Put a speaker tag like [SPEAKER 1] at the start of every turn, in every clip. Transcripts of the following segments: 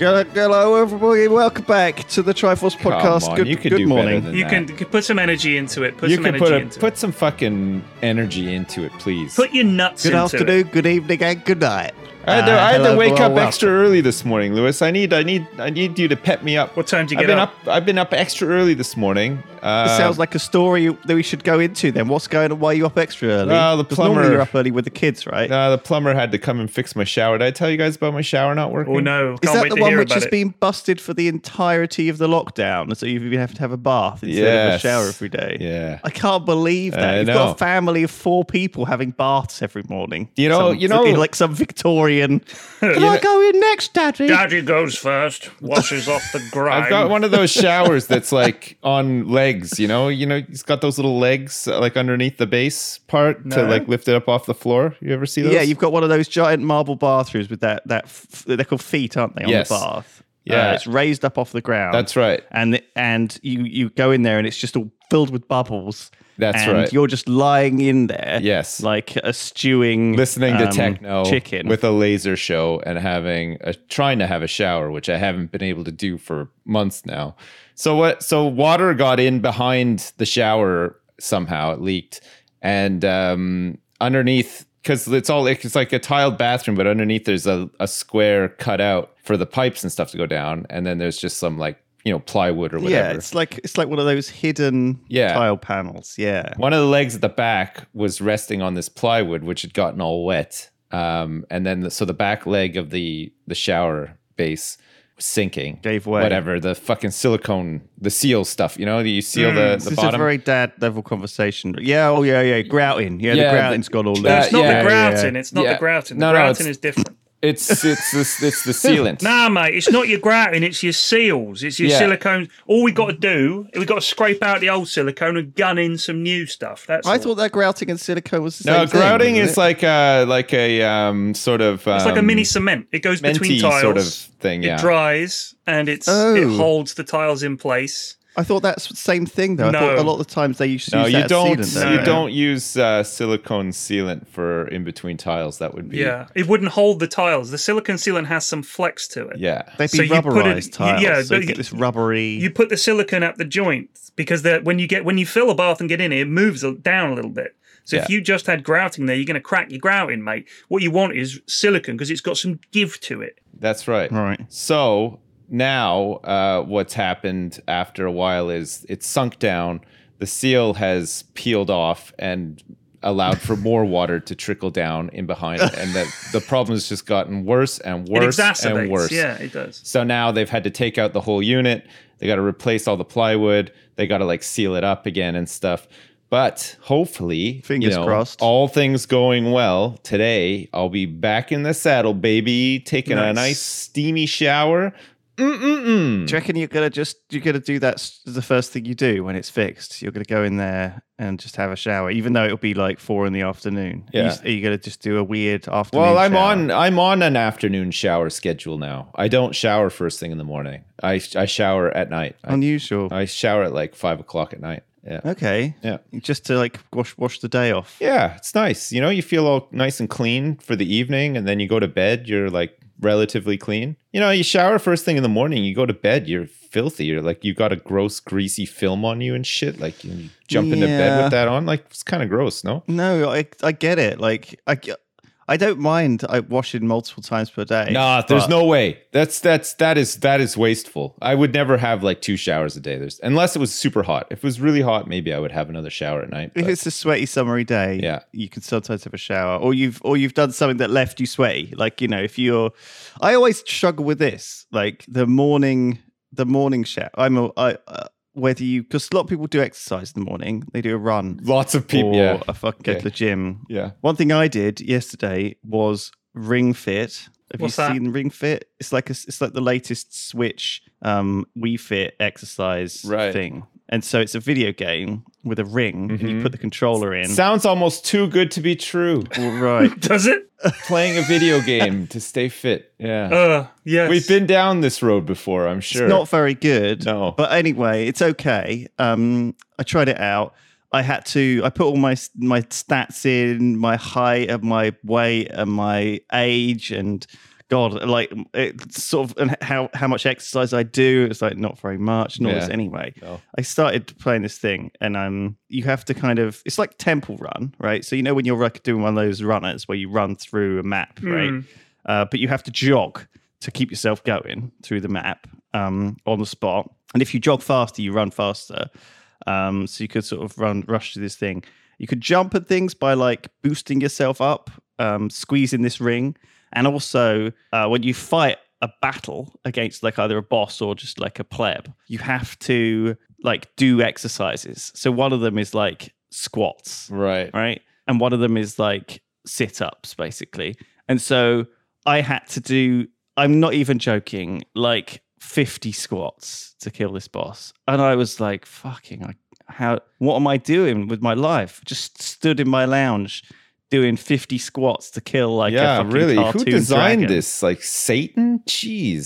[SPEAKER 1] Hello, hello, everybody. Welcome back to the Triforce
[SPEAKER 2] Come
[SPEAKER 1] podcast.
[SPEAKER 2] on,
[SPEAKER 1] good
[SPEAKER 2] you could
[SPEAKER 1] good
[SPEAKER 2] do better
[SPEAKER 1] morning.
[SPEAKER 2] than
[SPEAKER 3] You
[SPEAKER 2] that.
[SPEAKER 3] can you can put some energy into it. Put
[SPEAKER 2] you
[SPEAKER 3] some
[SPEAKER 2] can
[SPEAKER 3] energy
[SPEAKER 2] put a,
[SPEAKER 3] into
[SPEAKER 2] put
[SPEAKER 3] it.
[SPEAKER 2] some fucking energy into it, please.
[SPEAKER 3] Put your nuts
[SPEAKER 1] Good
[SPEAKER 3] into
[SPEAKER 1] afternoon,
[SPEAKER 3] it.
[SPEAKER 1] good evening, and good night.
[SPEAKER 2] I had to,
[SPEAKER 1] Uh,
[SPEAKER 2] I had
[SPEAKER 1] hello,
[SPEAKER 2] to wake
[SPEAKER 1] hello,
[SPEAKER 2] up
[SPEAKER 1] welcome.
[SPEAKER 2] extra early this morning, Lewis. I need I need I need you to pep me up.
[SPEAKER 3] What time did you
[SPEAKER 2] I've
[SPEAKER 3] get
[SPEAKER 2] been
[SPEAKER 3] up?
[SPEAKER 2] I've been up extra early this morning. Uh,
[SPEAKER 1] This sounds like a story that we should go into. Then, what's going on? Why are you up extra early?
[SPEAKER 2] Well, Uh, the
[SPEAKER 1] 'Cause normally
[SPEAKER 2] plumber-
[SPEAKER 1] you're up early with the kids, right?
[SPEAKER 2] uh, the plumber had to come and fix my shower. Did I tell you guys about my shower not working?
[SPEAKER 3] Oh no! Can't
[SPEAKER 1] Is that
[SPEAKER 3] wait
[SPEAKER 1] the
[SPEAKER 3] to
[SPEAKER 1] one
[SPEAKER 3] hear
[SPEAKER 1] which
[SPEAKER 3] about
[SPEAKER 1] has
[SPEAKER 3] it.
[SPEAKER 1] been busted for the entirety of the lockdown? So you have to have a bath instead of a
[SPEAKER 2] Yes.
[SPEAKER 1] shower every day.
[SPEAKER 2] Yeah.
[SPEAKER 1] I can't believe that.
[SPEAKER 2] I
[SPEAKER 1] You've
[SPEAKER 2] know.
[SPEAKER 1] got a family of four people having baths every morning.
[SPEAKER 2] You know-
[SPEAKER 1] Some-
[SPEAKER 2] you know-
[SPEAKER 1] like some Victorian. Can I go in next, Daddy?
[SPEAKER 3] Daddy goes first, washes off the grime.
[SPEAKER 2] I've got one of those showers that's like on legs, you know, you know, it's got those little legs uh, like underneath the base part to
[SPEAKER 3] No.
[SPEAKER 2] like lift it up off the floor. You ever see those?
[SPEAKER 1] Yeah, you've got one of those giant marble bathrooms with that that f- they're called feet, aren't they? On
[SPEAKER 2] Yes.
[SPEAKER 1] the bath. Uh,
[SPEAKER 2] Yeah.
[SPEAKER 1] it's raised up off the ground.
[SPEAKER 2] That's right.
[SPEAKER 1] And and you you go in there and it's just all filled with bubbles.
[SPEAKER 2] That's
[SPEAKER 1] and
[SPEAKER 2] right.
[SPEAKER 1] You're just lying in there.
[SPEAKER 2] Yes.
[SPEAKER 1] like a stewing,
[SPEAKER 2] listening to
[SPEAKER 1] um,
[SPEAKER 2] techno
[SPEAKER 1] chicken.
[SPEAKER 2] with a laser show and having a trying to have a shower which i haven't been able to do for months now so what so water got in behind the shower somehow it leaked and um underneath because it's all it's like a tiled bathroom but underneath there's a, a square cut out for the pipes and stuff to go down and then there's just some like you know plywood or whatever
[SPEAKER 1] yeah, it's like it's like one of those hidden
[SPEAKER 2] Yeah.
[SPEAKER 1] tile panels. Yeah,
[SPEAKER 2] one of the legs at the back was resting on this plywood, which had gotten all wet. Um, and then, the, so the back leg of the the shower base was sinking.
[SPEAKER 1] Gave way.
[SPEAKER 2] Whatever the fucking silicone, the seal stuff. You know, you seal
[SPEAKER 1] this
[SPEAKER 2] the, the
[SPEAKER 1] is
[SPEAKER 2] bottom.
[SPEAKER 1] a very dad level conversation. Yeah, oh yeah, yeah, grouting. Yeah,
[SPEAKER 2] Yeah,
[SPEAKER 1] the grouting's
[SPEAKER 2] the-
[SPEAKER 1] got all loose.
[SPEAKER 2] uh,
[SPEAKER 3] It's not
[SPEAKER 2] yeah,
[SPEAKER 3] the grouting.
[SPEAKER 1] yeah.
[SPEAKER 3] It's not
[SPEAKER 2] Yeah.
[SPEAKER 3] the grouting. The
[SPEAKER 2] No, no,
[SPEAKER 3] grouting
[SPEAKER 2] it's-
[SPEAKER 3] is different.
[SPEAKER 2] it's it's this it's the sealant.
[SPEAKER 3] Nah, mate, it's not your grouting. It's your seals. It's your
[SPEAKER 2] Yeah.
[SPEAKER 3] silicone. All we got to do, we got to scrape out the old silicone and gun in some new stuff. That's
[SPEAKER 1] I
[SPEAKER 3] all.
[SPEAKER 1] thought that grouting and silicone was the
[SPEAKER 2] No,
[SPEAKER 1] same thing,
[SPEAKER 2] grouting
[SPEAKER 1] wasn't
[SPEAKER 2] is
[SPEAKER 1] it?
[SPEAKER 2] like a like a um sort of um,
[SPEAKER 3] it's like a mini cement. It goes between
[SPEAKER 2] minty
[SPEAKER 3] tiles.
[SPEAKER 2] sort of thing. Yeah,
[SPEAKER 3] It dries and it's it
[SPEAKER 1] Oh.
[SPEAKER 3] holds the tiles in place.
[SPEAKER 1] I thought that's the same thing though. I thought
[SPEAKER 3] No.
[SPEAKER 1] a lot of the times they used to
[SPEAKER 2] no,
[SPEAKER 1] use
[SPEAKER 2] you
[SPEAKER 1] that
[SPEAKER 2] don't.
[SPEAKER 1] as
[SPEAKER 2] You
[SPEAKER 1] sealant.
[SPEAKER 3] yeah.
[SPEAKER 2] don't use uh, silicone sealant for in between tiles. That would be
[SPEAKER 3] Yeah, it wouldn't hold the tiles. The silicon sealant has some flex to it.
[SPEAKER 2] yeah.
[SPEAKER 1] They'd be
[SPEAKER 3] So you put it-
[SPEAKER 1] rubberized tiles.
[SPEAKER 3] yeah,
[SPEAKER 1] so you get
[SPEAKER 3] but you-
[SPEAKER 1] this rubbery.
[SPEAKER 3] You put the silicon at the joint because that when you get when you fill a bath and get in it, it moves a- down a little bit. So if
[SPEAKER 2] Yeah.
[SPEAKER 3] you just had grouting there, you're going to crack your grouting, mate. What you want is silicon because it's got some give to it.
[SPEAKER 2] That's right.
[SPEAKER 1] Right.
[SPEAKER 2] So now, uh, what's happened after a while is it's sunk down. The seal has peeled off and allowed for more water to trickle down in behind, it. and the the problem has just gotten worse and worse
[SPEAKER 3] it exacerbates.
[SPEAKER 2] and worse.
[SPEAKER 3] Yeah, it does.
[SPEAKER 2] So now they've had to take out the whole unit. They got to replace all the plywood. They got to like seal it up again and stuff. But hopefully,
[SPEAKER 1] Fingers
[SPEAKER 2] you know,
[SPEAKER 1] crossed.
[SPEAKER 2] all things going well today, I'll be back in the saddle, baby, taking a
[SPEAKER 3] Nice.
[SPEAKER 2] nice steamy shower. Mm-mm-mm.
[SPEAKER 1] do you reckon you're gonna just you're gonna do that s- the first thing you do when it's fixed? You're gonna go in there and just have a shower, even though it'll be like four in the afternoon. Are you
[SPEAKER 2] Yeah.
[SPEAKER 1] s- Are you, gonna just do a weird afternoon?
[SPEAKER 2] Well, I'm
[SPEAKER 1] shower?
[SPEAKER 2] on I'm on an afternoon shower schedule now. I don't shower first thing in the morning. I I shower at night. I,
[SPEAKER 1] unusual.
[SPEAKER 2] I shower at like five o'clock at night. Yeah.
[SPEAKER 1] okay,
[SPEAKER 2] Yeah.
[SPEAKER 1] just to like wash wash the day off.
[SPEAKER 2] Yeah, it's nice. You know, you feel all nice and clean for the evening, and then you go to bed, you're like relatively clean. You know, you shower first thing in the morning, you go to bed, you're filthy. You're like, you got a gross, greasy film on you and shit. Like, you, you jump into bed
[SPEAKER 1] Yeah.
[SPEAKER 2] with that on. Like, it's kind of gross, no?
[SPEAKER 1] No, I I get it. Like I. g- I don't mind I washing multiple times per day.
[SPEAKER 2] Nah, there's
[SPEAKER 1] but-
[SPEAKER 2] no way. That's that's that is that is wasteful. I would never have like two showers a day. There's unless it was super hot. If it was really hot, maybe I would have another shower at night.
[SPEAKER 1] If
[SPEAKER 2] but-
[SPEAKER 1] it's a sweaty summery day,
[SPEAKER 2] Yeah.
[SPEAKER 1] you can sometimes have a shower, or you've or you've done something that left you sweaty. Like you know, if you're, I always struggle with this. Like the morning, the morning shower. I'm a, I, uh, whether you because a lot of people do exercise in the morning. They do a run
[SPEAKER 2] Lots of people.
[SPEAKER 1] or
[SPEAKER 2] Yeah.
[SPEAKER 1] a fucking go
[SPEAKER 2] Okay.
[SPEAKER 1] to the gym.
[SPEAKER 2] Yeah.
[SPEAKER 1] One thing I did yesterday was Ring Fit. Have
[SPEAKER 3] What's
[SPEAKER 1] you
[SPEAKER 3] that?
[SPEAKER 1] seen Ring Fit? It's like a, it's like the latest Switch um We Fit exercise
[SPEAKER 2] Right.
[SPEAKER 1] thing. And so it's a video game with a ring, and
[SPEAKER 3] Mm-hmm.
[SPEAKER 1] you
[SPEAKER 2] Mhm.
[SPEAKER 1] put the controller in.
[SPEAKER 2] Sounds almost too good to be true.
[SPEAKER 1] All right.
[SPEAKER 3] Does it?
[SPEAKER 2] Playing a video game to stay fit. Yeah.
[SPEAKER 1] Oh,
[SPEAKER 3] Uh, yes.
[SPEAKER 2] We've been down this road before, I'm
[SPEAKER 1] It's
[SPEAKER 2] sure.
[SPEAKER 1] not very good.
[SPEAKER 2] No.
[SPEAKER 1] But anyway, it's okay. Um, I tried it out. I had to. I put all my my stats in, my height and my weight and my age and God, like it sort of and how how much exercise I do. It's like not very much, nor is
[SPEAKER 2] Yeah.
[SPEAKER 1] anyway.
[SPEAKER 2] No.
[SPEAKER 1] I started playing this thing, and um, you have to kind of. It's like Temple Run, right? So you know when you're like doing one of those runners where you run through a map,
[SPEAKER 2] Hmm.
[SPEAKER 1] right?
[SPEAKER 3] Mm.
[SPEAKER 1] uh, but you have to jog to keep yourself going through the map um, on the spot. And if you jog faster, you run faster. Um, so you could sort of run, rush through this thing. You could jump at things by like boosting yourself up, um, squeezing this ring, and also uh, when you fight a battle against like either a boss or just like a pleb, you have to like do exercises. So one of them is like squats
[SPEAKER 2] Right.
[SPEAKER 1] right? And one of them is like sit ups, basically. And so I had to do, I'm not even joking, like 50 squats to kill this boss. And I was like, fucking, I, how, what am I doing with my life? Just stood in my lounge doing 50 squats to kill like a
[SPEAKER 2] yeah,
[SPEAKER 1] fucking
[SPEAKER 2] really. Who
[SPEAKER 1] cartoon
[SPEAKER 2] designed
[SPEAKER 1] dragon.
[SPEAKER 2] this? Like Satan? Jeez.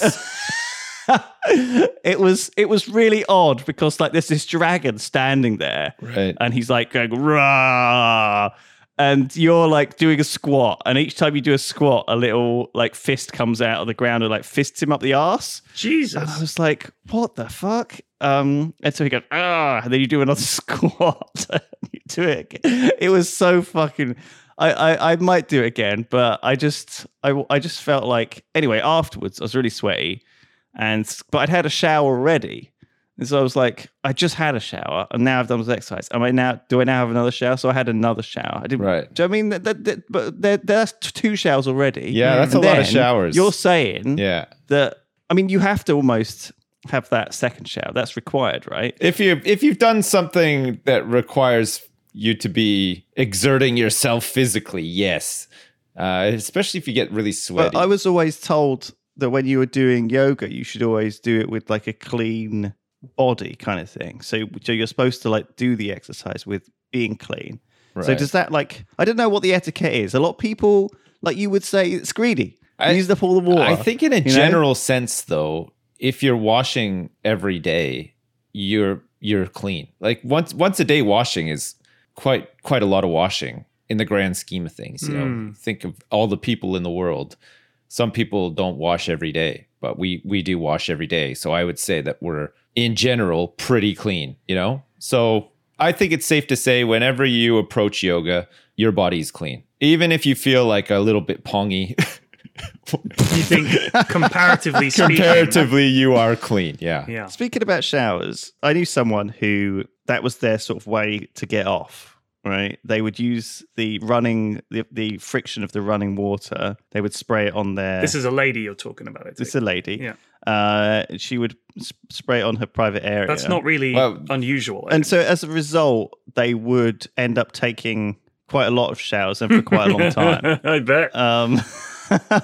[SPEAKER 1] it was it was really odd because like there's this dragon standing there
[SPEAKER 2] right.
[SPEAKER 1] and he's like going rah and you're like doing a squat and each time you do a squat a little like fist comes out of the ground and like fists him up the arse and i
[SPEAKER 3] Jesus.
[SPEAKER 1] was like what the fuck um and so he goes ah and then you do another squat and you do it again. it was so fucking I, I, I might do it again, but I just I, I just felt like anyway afterwards I was really sweaty, and but I'd had a shower already, and so I was like, I just had a shower, and now I've done this exercise. Am I now? Do I now have another shower? So I had another shower. I didn't.
[SPEAKER 2] Right.
[SPEAKER 1] Do you know what I mean that? that, that but there, that's t- two showers already.
[SPEAKER 2] Yeah, that's
[SPEAKER 1] And
[SPEAKER 2] a lot of
[SPEAKER 1] then
[SPEAKER 2] showers.
[SPEAKER 1] You're saying
[SPEAKER 2] yeah.
[SPEAKER 1] that. I mean, you have to almost have that second shower. That's required, right?
[SPEAKER 2] If you if you've done something that requires you to be exerting yourself physically, yes. Uh, especially if you get really sweaty.
[SPEAKER 1] But I was always told that when you were doing yoga, you should always do it with like a clean body kind of thing. So, so you're supposed to like do the exercise with being clean. So
[SPEAKER 2] Right.
[SPEAKER 1] does that like I don't know what the etiquette is. A lot of people like you would say it's greedy.
[SPEAKER 2] I-
[SPEAKER 1] Used up all the water.
[SPEAKER 2] I think in a
[SPEAKER 1] know?
[SPEAKER 2] general sense though, if you're washing every day, you're you're clean. Like once once a day washing is quite quite a lot of washing in the grand scheme of things, you know.
[SPEAKER 3] Mm.
[SPEAKER 2] Think of all the people in the world. Some people don't wash every day, but we we do wash every day. So I would say that we're in general pretty clean, you know? So I think it's safe to say whenever you approach yoga, your body's clean. Even if you feel like a little bit pongy
[SPEAKER 3] you think comparatively speaking?
[SPEAKER 2] comparatively you are clean yeah
[SPEAKER 3] Yeah.
[SPEAKER 1] Speaking about showers, I knew someone who that was their sort of way to get off. Right, they would use the running the, the friction of the running water. They would spray it on their.
[SPEAKER 3] This is a lady you're talking about. I
[SPEAKER 1] this is
[SPEAKER 3] take
[SPEAKER 1] a lady.
[SPEAKER 3] Yeah.
[SPEAKER 1] Uh, she would s- spray it on her private area.
[SPEAKER 3] it. That's not really
[SPEAKER 2] Well-
[SPEAKER 3] unusual. I
[SPEAKER 1] And
[SPEAKER 3] think.
[SPEAKER 1] so as a result, they would end up taking quite a lot of showers and for quite a long time.
[SPEAKER 3] I bet.
[SPEAKER 1] Um,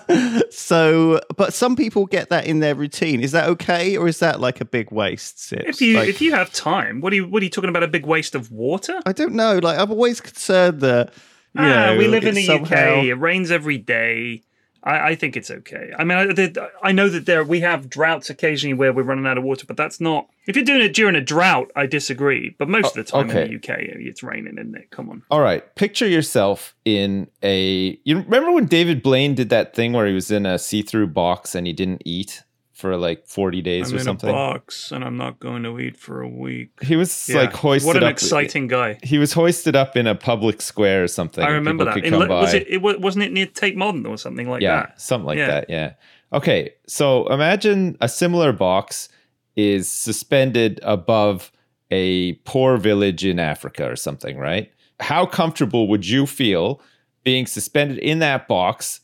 [SPEAKER 1] so, but some people get that in their routine. Is that okay, or is that like a big waste? Sips?
[SPEAKER 3] if you
[SPEAKER 1] Like,
[SPEAKER 3] if you have time, what are you what are you talking about? A big waste of water?
[SPEAKER 1] I don't know. Like, I'm always concerned that you
[SPEAKER 3] ah,
[SPEAKER 1] know,
[SPEAKER 3] we live in the
[SPEAKER 1] it's somehow-
[SPEAKER 3] UK. It rains every day. I, I think it's okay. I mean, I, the, I know that there we have droughts occasionally where we're running out of water, but that's not. If you're doing it during a drought, I disagree. But most of the time
[SPEAKER 2] Oh, okay.
[SPEAKER 3] in the UK, it's raining, isn't it? Come on.
[SPEAKER 2] all right picture yourself in a you remember when david blaine did that thing where he was in a see-through box and he didn't eat for like 40 days
[SPEAKER 3] I'm
[SPEAKER 2] or
[SPEAKER 3] in a
[SPEAKER 2] something
[SPEAKER 3] box and I'm not going to eat for a week.
[SPEAKER 2] he was
[SPEAKER 3] Yeah.
[SPEAKER 2] like hoisted
[SPEAKER 3] What an
[SPEAKER 2] up
[SPEAKER 3] exciting guy!
[SPEAKER 2] he was hoisted up in a public square or something
[SPEAKER 3] I
[SPEAKER 2] and
[SPEAKER 3] remember
[SPEAKER 2] people
[SPEAKER 3] that.
[SPEAKER 2] could
[SPEAKER 3] In,
[SPEAKER 2] come
[SPEAKER 3] Le- was
[SPEAKER 2] by.
[SPEAKER 3] it, it wa- wasn't it near Tate Modern or something like
[SPEAKER 2] yeah,
[SPEAKER 3] that?
[SPEAKER 2] something like
[SPEAKER 3] Yeah.
[SPEAKER 2] that. Yeah. Okay. So imagine a similar box is suspended above a poor village in Africa or something, right? How comfortable would you feel being suspended in that box?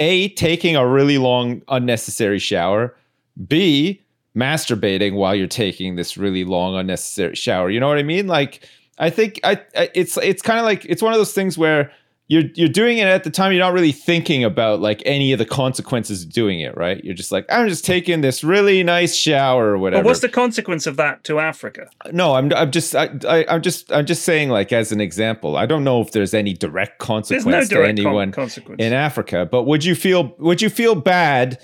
[SPEAKER 2] A, taking a really long, unnecessary shower. B, masturbating while you're taking this really long unnecessary shower. You know what I mean? Like I think I, I it's it's kind of like it's one of those things where you're you're doing it at the time you're not really thinking about like any of the consequences of doing it, right? You're just like I'm just taking this really nice shower or whatever.
[SPEAKER 3] But what's the consequence of that to Africa?
[SPEAKER 2] no, I'm I'm just I, I I'm just I'm just saying like as an example. I don't know if there's any direct consequence
[SPEAKER 3] There's no
[SPEAKER 2] to
[SPEAKER 3] direct con-
[SPEAKER 2] anyone
[SPEAKER 3] consequence.
[SPEAKER 2] in Africa. But would you feel would you feel bad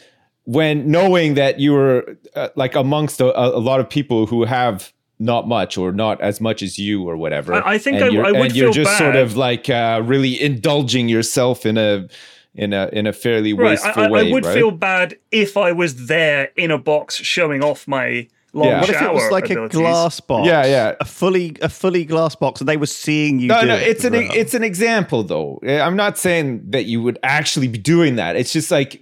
[SPEAKER 2] when knowing that you were uh, like amongst a, a a lot of people who have not much or not as much as you or whatever?
[SPEAKER 3] I- I think
[SPEAKER 2] and
[SPEAKER 3] I-
[SPEAKER 2] you're,
[SPEAKER 3] I would
[SPEAKER 2] and you're
[SPEAKER 3] feel
[SPEAKER 2] just sort
[SPEAKER 3] bad.
[SPEAKER 2] of like uh, really indulging yourself in a in a in a fairly
[SPEAKER 3] right, I,
[SPEAKER 2] wasteful
[SPEAKER 3] I,
[SPEAKER 2] way.
[SPEAKER 3] I would
[SPEAKER 2] right?
[SPEAKER 3] feel bad if I was there in a box showing off my long
[SPEAKER 2] Yeah.
[SPEAKER 1] What if
[SPEAKER 3] shower
[SPEAKER 1] it was like a
[SPEAKER 3] abilities.
[SPEAKER 1] glass box?
[SPEAKER 2] Yeah, yeah.
[SPEAKER 1] A fully a fully glass box, and they were seeing you.
[SPEAKER 2] No,
[SPEAKER 1] do
[SPEAKER 2] no,
[SPEAKER 1] it
[SPEAKER 2] it's
[SPEAKER 1] as
[SPEAKER 2] an e,
[SPEAKER 1] well.
[SPEAKER 2] it's an example though. Eh, I'm not saying that you would actually be doing that. It's just like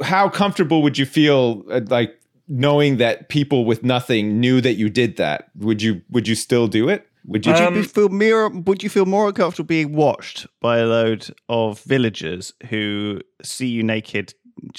[SPEAKER 2] how comfortable would you feel uh, like knowing that people with nothing knew that you did that? Would you would you still do it? Would you
[SPEAKER 1] Would you
[SPEAKER 3] Um,
[SPEAKER 1] be- feel more? Would you feel more uncomfortable being watched by a load of villagers who see you naked,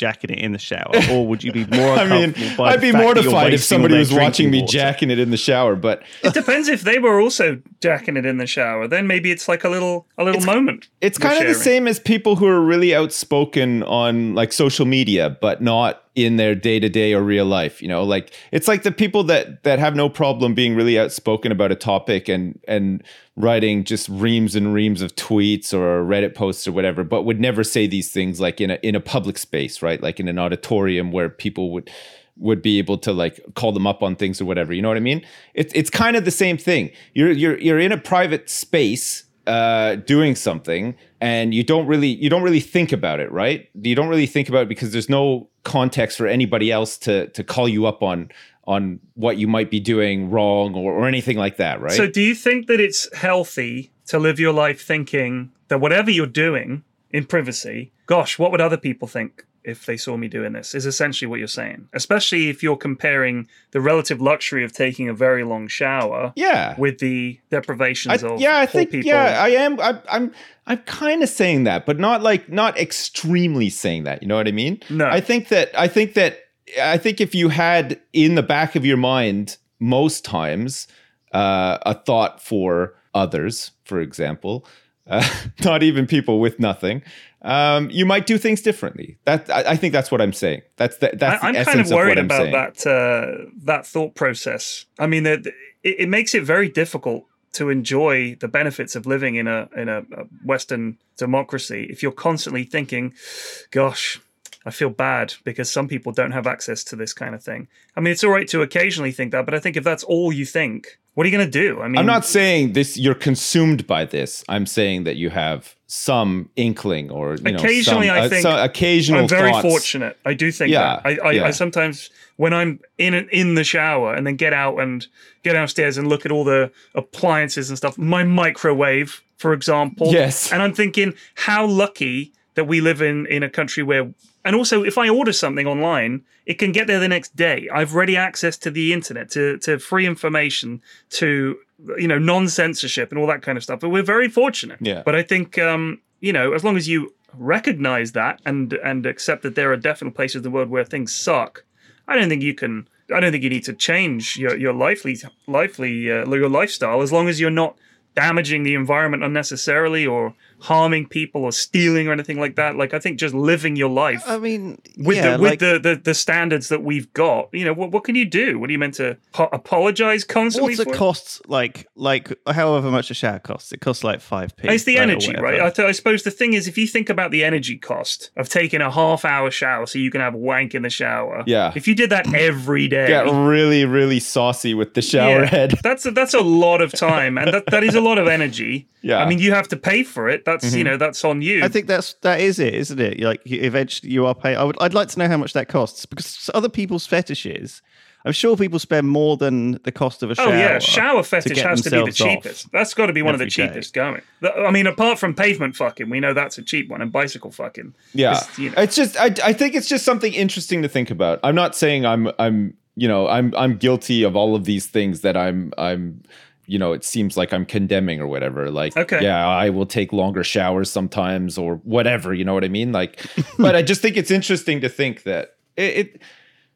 [SPEAKER 1] jacking it in the shower, or would you be more?
[SPEAKER 2] I mean,
[SPEAKER 1] uncomfortable by
[SPEAKER 2] I'd
[SPEAKER 1] the fact that
[SPEAKER 2] be
[SPEAKER 1] you're
[SPEAKER 2] mortified if
[SPEAKER 1] wasting all
[SPEAKER 2] somebody
[SPEAKER 1] their
[SPEAKER 2] was watching
[SPEAKER 1] drinking
[SPEAKER 2] me
[SPEAKER 1] water?
[SPEAKER 2] jacking it in the shower, but
[SPEAKER 3] It depends if they were also jacking it in the shower. Then maybe it's like a little a little moment.
[SPEAKER 2] it's
[SPEAKER 3] we're
[SPEAKER 2] kind of the
[SPEAKER 3] sharing.
[SPEAKER 2] same as people who are really outspoken on like social media but not in their day-to-day or real life you know like it's like the people that that have no problem being really outspoken about a topic and and writing just reams and reams of tweets or reddit posts or whatever but would never say these things like in a in a public space right like in an auditorium where people would would be able to like call them up on things or whatever. You know what I mean? It's it's kind of the same thing. You're you're you're in a private space uh doing something and you don't really you don't really think about it, right? You don't really think about it because there's no context for anybody else to to call you up on on what you might be doing wrong or, or anything like that, right?
[SPEAKER 3] So do you think that it's healthy to live your life thinking that whatever you're doing in privacy, gosh, what would other people think if they saw me doing this? Is essentially what you're saying. Especially if you're comparing the relative luxury of taking a very long shower
[SPEAKER 2] yeah.
[SPEAKER 3] with the deprivations
[SPEAKER 2] I-
[SPEAKER 3] of
[SPEAKER 2] yeah, I
[SPEAKER 3] poor
[SPEAKER 2] think
[SPEAKER 3] people.
[SPEAKER 2] yeah, I am. I, I'm I'm kind of saying that, but not like not extremely saying that. You know what I mean?
[SPEAKER 3] No.
[SPEAKER 2] I think that I think that I think if you had in the back of your mind most times uh, a thought for others, for example, uh, not even people with nothing. Um, you might do things differently. That I, I think that's what I'm saying. That's the, that's
[SPEAKER 3] I,
[SPEAKER 2] the
[SPEAKER 3] I'm
[SPEAKER 2] essence
[SPEAKER 3] kind of worried
[SPEAKER 2] of what I'm
[SPEAKER 3] about
[SPEAKER 2] saying.
[SPEAKER 3] that uh, that thought process. I mean, that it, it makes it very difficult to enjoy the benefits of living in a in a, a Western democracy if you're constantly thinking, "Gosh, I feel bad because some people don't have access to this kind of thing." I mean, it's all right to occasionally think that, but I think if that's all you think, what are you going to do? I mean,
[SPEAKER 2] I'm not saying this. You're consumed by this. I'm saying that you have some inkling, or you know,
[SPEAKER 3] Occasionally,
[SPEAKER 2] some-
[SPEAKER 3] I
[SPEAKER 2] uh,
[SPEAKER 3] think
[SPEAKER 2] some occasional.
[SPEAKER 3] I'm very
[SPEAKER 2] thoughts.
[SPEAKER 3] fortunate. I do think
[SPEAKER 2] Yeah,
[SPEAKER 3] that. I, I,
[SPEAKER 2] yeah.
[SPEAKER 3] I sometimes when I'm in in the shower and then get out and get downstairs and look at all the appliances and stuff. My microwave, for example.
[SPEAKER 2] Yes.
[SPEAKER 3] And I'm thinking how lucky that we live in in a country where. And also, if I order something online, it can get there the next day. I've already access to the internet, to to free information, to you know non censorship and all that kind of stuff. But we're very fortunate.
[SPEAKER 2] Yeah.
[SPEAKER 3] But I think um, you know, as long as you recognize that and and accept that there are definitely places in the world where things suck, I don't think you can. I don't think you need to change your your lively lively uh, your lifestyle as long as you're not damaging the environment unnecessarily or harming people or stealing or anything like that. Like I think just living your life
[SPEAKER 1] I mean,
[SPEAKER 3] with
[SPEAKER 1] Um, yeah,
[SPEAKER 3] the with
[SPEAKER 1] like,
[SPEAKER 3] the, the the standards that we've got. You know what what can you do? What are you meant to po- apologize constantly?
[SPEAKER 1] What's it
[SPEAKER 3] for?
[SPEAKER 1] costs like like however much a shower costs? It costs like five p.
[SPEAKER 3] It's the energy, right? I, th- I suppose the thing is, if you think about the energy cost of taking a half hour shower so you can have a wank in the shower,
[SPEAKER 2] Yeah.
[SPEAKER 3] If you did that every day,
[SPEAKER 2] Get really, really saucy with the shower
[SPEAKER 3] yeah,
[SPEAKER 2] head.
[SPEAKER 3] that's a, that's a lot of time, and that, that is a lot of energy.
[SPEAKER 2] Yeah.
[SPEAKER 3] I mean, you have to pay for it. That's you know, that's on you.
[SPEAKER 1] Mm-hmm. I think that's that is it, isn't it? Like you- eventually you are paying. I would. I'd like to know how much that costs because other people's fetishes. I'm sure people spend more than the cost of a
[SPEAKER 3] Oh
[SPEAKER 1] shower.
[SPEAKER 3] yeah, shower fetish
[SPEAKER 1] get
[SPEAKER 3] has to be the
[SPEAKER 1] themselves off
[SPEAKER 3] cheapest. That's got to be one of the
[SPEAKER 1] every day.
[SPEAKER 3] cheapest going. Th- I mean, apart from pavement fucking, we know that's a cheap one, and bicycle fucking.
[SPEAKER 2] Yeah,
[SPEAKER 3] It's, you know-
[SPEAKER 2] it's just I, I think it's just something interesting to think about. I'm not saying I'm I'm you know I'm I'm guilty of all of these things that I'm I'm you know it seems like I'm condemning or whatever. Like
[SPEAKER 3] Okay.
[SPEAKER 2] yeah, I will take longer showers sometimes or whatever. You know what I mean? Like, but I just think it's interesting to think that it. it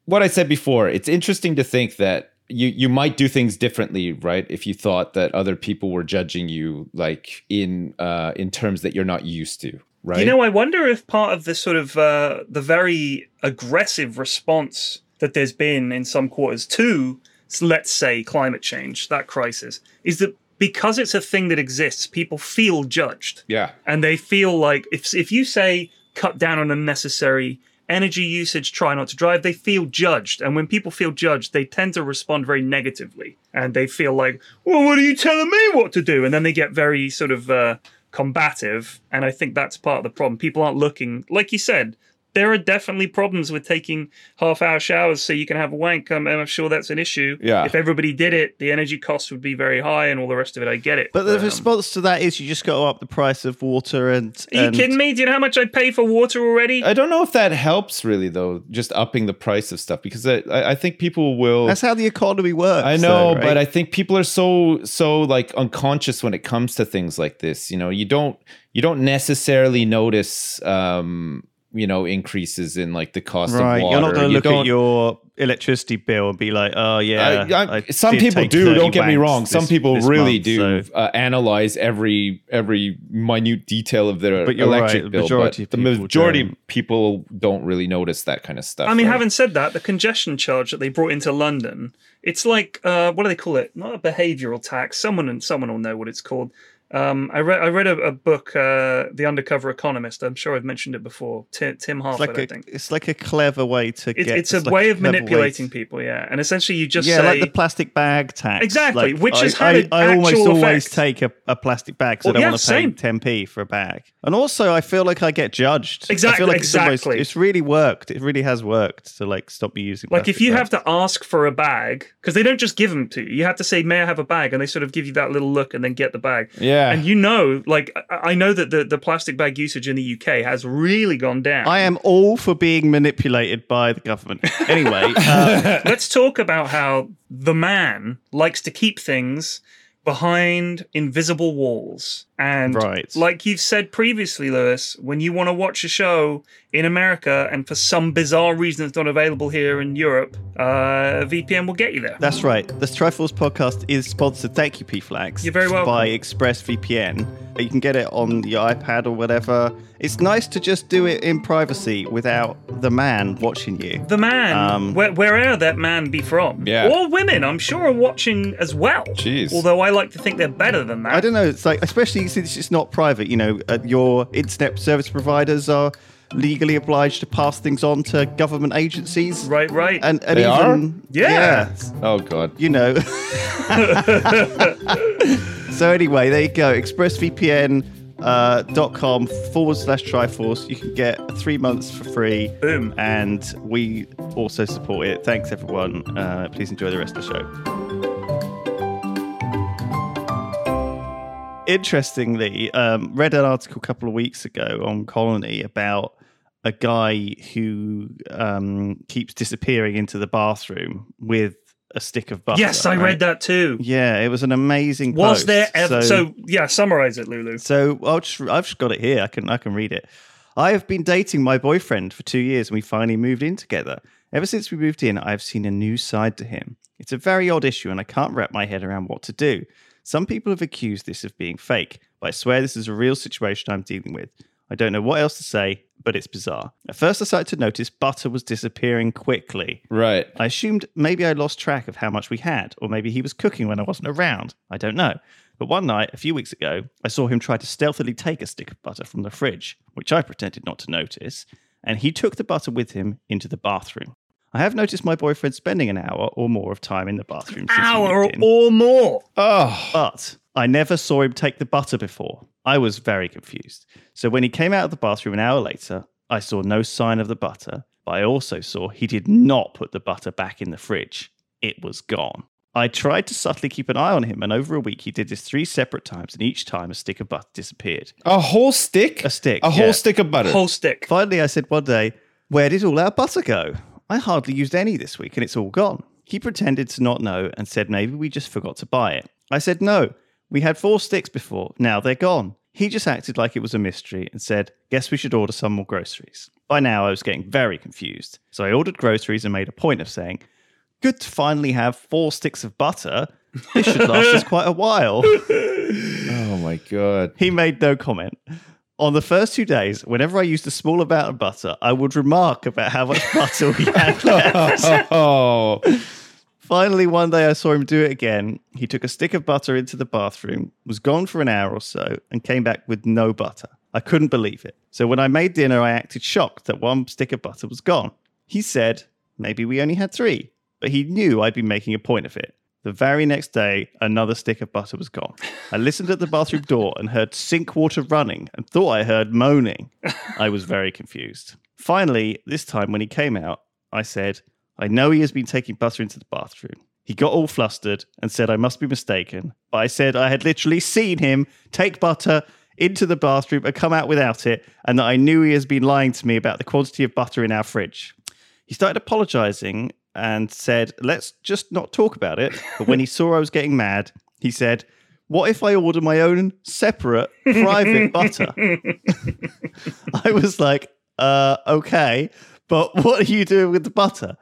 [SPEAKER 2] what I said before, it's interesting to think that you you might do things differently, right? If you thought that other people were judging you like in uh, in terms that you're not used to, right?
[SPEAKER 3] You know, I wonder if part of the sort of uh, the very aggressive response that there's been in some quarters to, let's say, climate change, that crisis, is that because it's a thing that exists, people feel judged,
[SPEAKER 2] yeah,
[SPEAKER 3] and they feel like if if you say cut down on unnecessary energy usage, try not to drive, they feel judged, and when people feel judged, they tend to respond very negatively, and they feel like, well, what are you telling me what to do? And then they get very sort of uh, combative, and I think that's part of the problem. People aren't looking, like you said. There are definitely problems with taking half-hour showers so you can have a wank. I'm, I'm sure that's an issue.
[SPEAKER 2] Yeah.
[SPEAKER 3] If everybody did it, the energy costs would be very high, and all the rest of it. I get it.
[SPEAKER 1] But the
[SPEAKER 3] um,
[SPEAKER 1] response to that is you just got to up the price of water and. Oh,
[SPEAKER 3] Are you kidding me? Do you know how much I pay for water already?
[SPEAKER 2] I don't know if that helps really though, just upping the price of stuff because I I I think people will.
[SPEAKER 1] That's how the economy works.
[SPEAKER 2] I know,
[SPEAKER 1] though,
[SPEAKER 2] but
[SPEAKER 1] right?
[SPEAKER 2] I think people are so so like unconscious when it comes to things like this. You know, you don't you don't necessarily notice um you know increases in like the cost
[SPEAKER 1] Right,
[SPEAKER 2] of water.
[SPEAKER 1] you're not going
[SPEAKER 2] You
[SPEAKER 1] to look at
[SPEAKER 2] don't-
[SPEAKER 1] your electricity bill and be like, "Oh yeah."
[SPEAKER 2] I, I,
[SPEAKER 1] I
[SPEAKER 2] some
[SPEAKER 1] did
[SPEAKER 2] people
[SPEAKER 1] take
[SPEAKER 2] do.
[SPEAKER 1] 30
[SPEAKER 2] Don't get me
[SPEAKER 1] wanks
[SPEAKER 2] wrong. Some
[SPEAKER 1] this-
[SPEAKER 2] people
[SPEAKER 1] this
[SPEAKER 2] really
[SPEAKER 1] month,
[SPEAKER 2] do
[SPEAKER 1] so-
[SPEAKER 2] uh, analyze every every minute detail of their
[SPEAKER 1] But you're
[SPEAKER 2] electric
[SPEAKER 1] right, the
[SPEAKER 2] bill.
[SPEAKER 1] majority
[SPEAKER 2] But
[SPEAKER 1] of
[SPEAKER 2] the
[SPEAKER 1] people
[SPEAKER 2] majority of
[SPEAKER 1] don't.
[SPEAKER 2] people don't really notice that kind of stuff.
[SPEAKER 3] I mean,
[SPEAKER 2] right?
[SPEAKER 3] having said that, the congestion charge that they brought into London, it's like uh, what do they call it? Not a behavioural tax. Someone and someone will know what it's called. Um, I read I read a, a book, uh, The Undercover Economist. I'm sure I've mentioned it before. Tim, Tim
[SPEAKER 1] It's
[SPEAKER 3] Harford,
[SPEAKER 1] like
[SPEAKER 3] I
[SPEAKER 1] a,
[SPEAKER 3] think.
[SPEAKER 1] it's like a clever way to
[SPEAKER 3] It,
[SPEAKER 1] get.
[SPEAKER 3] it's a
[SPEAKER 1] like
[SPEAKER 3] way of
[SPEAKER 1] clever to-
[SPEAKER 3] manipulating people, yeah. And essentially, you just
[SPEAKER 1] yeah,
[SPEAKER 3] say
[SPEAKER 1] like the plastic bag tax.
[SPEAKER 3] Exactly,
[SPEAKER 1] Like,
[SPEAKER 3] which
[SPEAKER 1] I,
[SPEAKER 3] has had
[SPEAKER 1] I,
[SPEAKER 3] an
[SPEAKER 1] I almost
[SPEAKER 3] actual
[SPEAKER 1] always
[SPEAKER 3] effect.
[SPEAKER 1] take a, a plastic bag because
[SPEAKER 3] Well,
[SPEAKER 1] I don't
[SPEAKER 3] yeah,
[SPEAKER 1] want to
[SPEAKER 3] same.
[SPEAKER 1] pay 10p for a bag. And also, I feel like I get judged. I
[SPEAKER 3] Exactly,
[SPEAKER 1] feel like it's, almost,
[SPEAKER 3] exactly.
[SPEAKER 1] it's really worked. It really has worked to like stop me using.
[SPEAKER 3] Like if you have
[SPEAKER 1] to,
[SPEAKER 3] to ask for a bag, because they don't just give them to you. You have to say, "May I have a bag?" and they sort of give you that little look and then get the bag.
[SPEAKER 1] Uh.
[SPEAKER 2] Yeah.
[SPEAKER 3] And you know, like I I know that the, the plastic bag usage in the UK has really gone down.
[SPEAKER 1] I am all for being manipulated by the government. Anyway, uh,
[SPEAKER 3] Let's talk about how the man likes to keep things behind invisible walls. And
[SPEAKER 1] Right.
[SPEAKER 3] like you've said previously, Lewis, when you want to watch a show in America and for some bizarre reason it's not available here in Europe, uh, VPN will get you there.
[SPEAKER 1] that's right. The Trifles podcast is sponsored. Thank you, PFLAX.
[SPEAKER 3] You're very welcome.
[SPEAKER 1] By ExpressVPN. You can get it on your iPad or whatever. It's nice to just do it in privacy without the man watching you.
[SPEAKER 3] the man,
[SPEAKER 1] Um,
[SPEAKER 3] where, wherever that man be from,
[SPEAKER 2] Yeah.
[SPEAKER 3] or women, I'm sure are watching as well.
[SPEAKER 2] Jeez.
[SPEAKER 3] Although I like to think they're better than that.
[SPEAKER 1] I don't know. It's like, especially since it's not private, you know, uh, your internet service providers are legally obliged to pass things on to government agencies.
[SPEAKER 3] Right, right.
[SPEAKER 1] And, and
[SPEAKER 2] They are?
[SPEAKER 1] even,
[SPEAKER 3] Yeah.
[SPEAKER 2] oh god.
[SPEAKER 1] you know. so anyway, there you go. ExpressVPN. Uh, dot com forward slash triforce you can get three months for free
[SPEAKER 3] Boom.
[SPEAKER 1] and we also support it thanks everyone uh, please enjoy the rest of the show interestingly um, read an article a couple of weeks ago on colony about a guy who um, keeps disappearing into the bathroom with a stick of butter
[SPEAKER 3] yes, I
[SPEAKER 1] right?
[SPEAKER 3] read that too.
[SPEAKER 1] Yeah, it was an amazing.
[SPEAKER 3] Was
[SPEAKER 1] post.
[SPEAKER 3] there ever? So, yeah, summarize it, Lulu.
[SPEAKER 1] so I'll just, I've just got it here. I can I can read it. I have been dating my boyfriend for two years, and we finally moved in together. Ever since we moved in, I have seen a new side to him. It's a very odd issue, and I can't wrap my head around what to do. Some people have accused this of being fake, but I swear this is a real situation I'm dealing with. I don't know what else to say, but it's bizarre. At first, I started to notice butter was disappearing quickly.
[SPEAKER 2] Right.
[SPEAKER 1] I assumed maybe I lost track of how much we had, or maybe he was cooking when I wasn't around. I don't know. But one night, a few weeks ago, I saw him try to stealthily take a stick of butter from the fridge, which I pretended not to notice, and he took the butter with him into the bathroom. I have noticed my boyfriend spending an hour or more of time in the bathroom. since we
[SPEAKER 3] Hour
[SPEAKER 1] moved in.
[SPEAKER 3] or more.
[SPEAKER 2] Oh.
[SPEAKER 1] But I never saw him take the butter before. I was very confused. So when he came out of the bathroom an hour later, I saw no sign of the butter, but I also saw he did not put the butter back in the fridge. It was gone. I tried to subtly keep an eye on him, and over a week he did this three separate times, and each time a stick of butter disappeared.
[SPEAKER 2] A whole stick?
[SPEAKER 1] A stick,
[SPEAKER 2] A whole
[SPEAKER 1] yeah.
[SPEAKER 2] stick of butter.
[SPEAKER 3] Whole stick.
[SPEAKER 1] Finally, I said one day, Where did all our butter go? I hardly used any this week and it's all gone. He pretended to not know and said maybe we just forgot to buy it. I said, No, we had four sticks before. Now they're gone. He just acted like it was a mystery and said, Guess we should order some more groceries. By now, I was getting very confused. So I ordered groceries and made a point of saying, Good to finally have four sticks of butter. This should last us quite a while.
[SPEAKER 2] Oh my god.
[SPEAKER 1] He made no comment. On the first two days, whenever I used a small amount of butter, I would remark about how much butter we had left.
[SPEAKER 2] Oh,
[SPEAKER 1] Finally, one day I saw him do it again. He took a stick of butter into the bathroom, was gone for an hour or so, and came back with no butter. I couldn't believe it. So when I made dinner, I acted shocked that one stick of butter was gone. He said, maybe we only had three, but he knew I'd been making a point of it. The very next day, another stick of butter was gone. I listened at the bathroom door and heard sink water running and thought I heard moaning. I was very confused. Finally, this time when he came out, I said, I know he has been taking butter into the bathroom. He got all flustered and said I must be mistaken, but I said I had literally seen him take butter into the bathroom and come out without it, and that I knew he has been lying to me about the quantity of butter in our fridge. He started apologizing and said, Let's just not talk about it. But when he saw I was getting mad, he said, What if I order my own separate private butter? I was like, uh, okay, but what are you doing with the butter?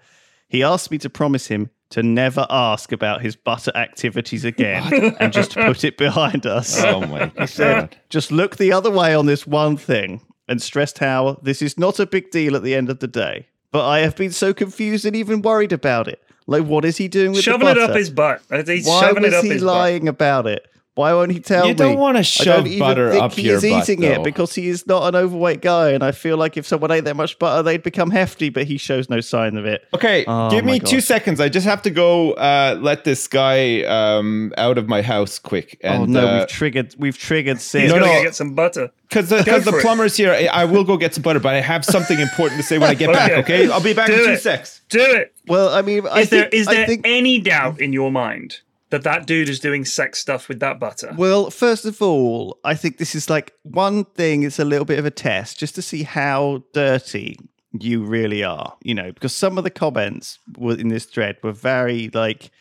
[SPEAKER 1] He asked me to promise him to never ask about his butter activities again and just put it behind us.
[SPEAKER 2] oh my god.
[SPEAKER 1] Just look the other way on this one thing and stressed how this is not a big deal at the end of the day. But I have been so confused and even worried about it. Like, what is he doing with
[SPEAKER 3] shoving
[SPEAKER 1] the
[SPEAKER 3] it
[SPEAKER 1] butter?
[SPEAKER 3] up his butt. He's
[SPEAKER 1] Why
[SPEAKER 3] shoving
[SPEAKER 1] was
[SPEAKER 3] it up
[SPEAKER 1] he
[SPEAKER 3] his
[SPEAKER 1] lying about it? Why won't he tell
[SPEAKER 2] You don't
[SPEAKER 1] me?
[SPEAKER 2] wanna
[SPEAKER 1] I
[SPEAKER 2] shove
[SPEAKER 1] even
[SPEAKER 2] butter
[SPEAKER 1] think
[SPEAKER 2] up
[SPEAKER 1] he
[SPEAKER 2] your
[SPEAKER 1] is
[SPEAKER 2] butt,
[SPEAKER 1] eating
[SPEAKER 2] though.
[SPEAKER 1] it because he is not an overweight guy, and I feel like if someone ate that much butter, they'd become hefty. But he shows no sign of it.
[SPEAKER 2] Okay,
[SPEAKER 1] Oh
[SPEAKER 2] give
[SPEAKER 1] my
[SPEAKER 2] me
[SPEAKER 1] God.
[SPEAKER 2] two seconds. I just have to go uh, let this guy um, out of my house quick. And,
[SPEAKER 1] oh no,
[SPEAKER 2] uh,
[SPEAKER 1] we've triggered. We've triggered
[SPEAKER 3] butt.
[SPEAKER 1] sin.
[SPEAKER 3] He's
[SPEAKER 2] No,
[SPEAKER 3] gonna
[SPEAKER 2] no.
[SPEAKER 3] go get some butter.
[SPEAKER 2] Because the,
[SPEAKER 3] Go
[SPEAKER 2] 'cause the
[SPEAKER 3] for it.
[SPEAKER 2] plumber's here, I, I will go get some butter, but I have something important to say when I get back.
[SPEAKER 3] Okay.
[SPEAKER 2] Okay, I'll be back
[SPEAKER 3] Do
[SPEAKER 2] in two
[SPEAKER 3] it.
[SPEAKER 2] secs.
[SPEAKER 3] Do it.
[SPEAKER 1] Well, I mean, I
[SPEAKER 3] Is there
[SPEAKER 1] think-
[SPEAKER 3] is
[SPEAKER 1] I
[SPEAKER 3] there
[SPEAKER 1] think-
[SPEAKER 3] any doubt in your mind that that dude is doing sex stuff with that butter?
[SPEAKER 1] Well, first of all, I think this is like one thing, it's a little bit of a test just to see how dirty you really are, you know, because some of the comments were in this thread were very, like,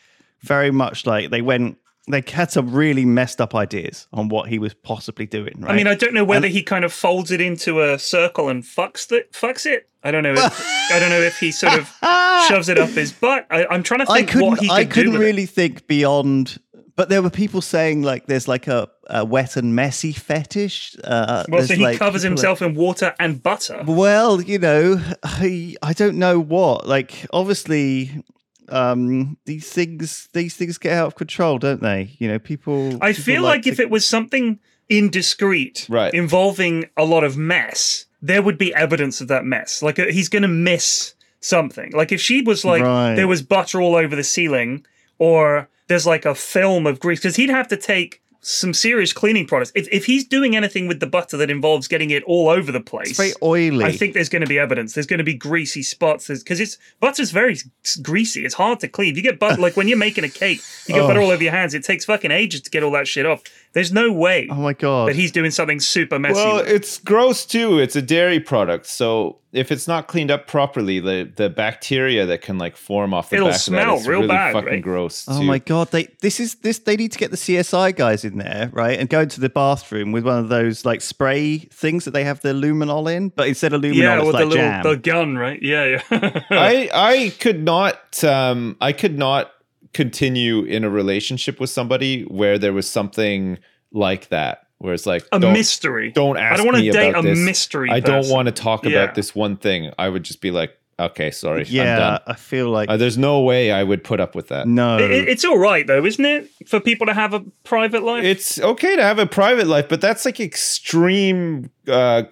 [SPEAKER 1] very much like they went, they had some really messed up ideas on what he was possibly doing, right?
[SPEAKER 3] I mean, I don't know whether he kind of folds it into a circle and fucks the, fucks it. I don't know. If, I don't know if he sort of shoves it up his butt. I, I'm trying to
[SPEAKER 1] I
[SPEAKER 3] think
[SPEAKER 1] couldn't,
[SPEAKER 3] what he could
[SPEAKER 1] I
[SPEAKER 3] do
[SPEAKER 1] couldn't
[SPEAKER 3] with it.
[SPEAKER 1] really think beyond. But there were people saying like there's like a, a wet and messy fetish. Uh,
[SPEAKER 3] Well,
[SPEAKER 1] there's,
[SPEAKER 3] so he
[SPEAKER 1] like,
[SPEAKER 3] covers
[SPEAKER 1] people that-
[SPEAKER 3] himself in water and butter.
[SPEAKER 1] Well, you know, I I don't know what. Like obviously um these things these things get out of control, don't they? You know, people
[SPEAKER 3] I
[SPEAKER 1] people
[SPEAKER 3] feel like if
[SPEAKER 1] to-
[SPEAKER 3] it was something indiscreet,
[SPEAKER 2] Right.
[SPEAKER 3] involving a lot of mess, there would be evidence of that mess. Like uh, he's going to miss something. Like if she was like,
[SPEAKER 1] Right.
[SPEAKER 3] there was butter all over the ceiling, or there's like a film of grease, because he'd have to take some serious cleaning products. If, if he's doing anything with the butter that involves getting it all over the place,
[SPEAKER 1] it's very oily.
[SPEAKER 3] I think there's going to be evidence. There's going to be greasy spots because it's butter's very s- greasy. It's hard to clean. You get butter like when you're making a cake, you get butter all over your hands. It takes fucking ages to get all that shit off. There's no way
[SPEAKER 1] Oh my god.
[SPEAKER 3] that he's doing something super messy.
[SPEAKER 2] Well,
[SPEAKER 3] with it.
[SPEAKER 2] it's gross too. It's a dairy product, so if it's not cleaned up properly, the, the bacteria that can like form off the
[SPEAKER 3] It'll
[SPEAKER 2] back
[SPEAKER 3] smell
[SPEAKER 2] of that is
[SPEAKER 3] real
[SPEAKER 2] really
[SPEAKER 3] bad,
[SPEAKER 2] fucking
[SPEAKER 3] right?
[SPEAKER 2] gross.
[SPEAKER 1] Oh
[SPEAKER 2] too.
[SPEAKER 1] my god! They this is this. They need to get the CSI guys in there, right, and go into the bathroom with one of those like spray things that they have the luminol in, but instead of luminol,
[SPEAKER 3] yeah,
[SPEAKER 1] it's
[SPEAKER 3] with
[SPEAKER 1] like
[SPEAKER 3] the little
[SPEAKER 1] jam.
[SPEAKER 3] the gun, right? Yeah, yeah.
[SPEAKER 2] I I could not um I could not continue in a relationship with somebody where there was something like that, where it's like
[SPEAKER 3] a
[SPEAKER 2] don't-
[SPEAKER 3] mystery.
[SPEAKER 2] Don't ask.
[SPEAKER 3] I don't want
[SPEAKER 2] me
[SPEAKER 3] to date
[SPEAKER 2] about
[SPEAKER 3] a
[SPEAKER 2] this.
[SPEAKER 3] mystery.
[SPEAKER 2] I don't
[SPEAKER 3] person.
[SPEAKER 2] want to talk
[SPEAKER 3] Yeah.
[SPEAKER 2] about this one thing. I would just be like, okay, sorry, I'm
[SPEAKER 1] yeah,
[SPEAKER 2] done.
[SPEAKER 1] I feel like
[SPEAKER 2] Uh, there's no way I would put up with that.
[SPEAKER 1] no.
[SPEAKER 3] It- it- it's all right though, isn't it, for people to have a private life?
[SPEAKER 2] It's okay to have a private life, but that's like extreme uh,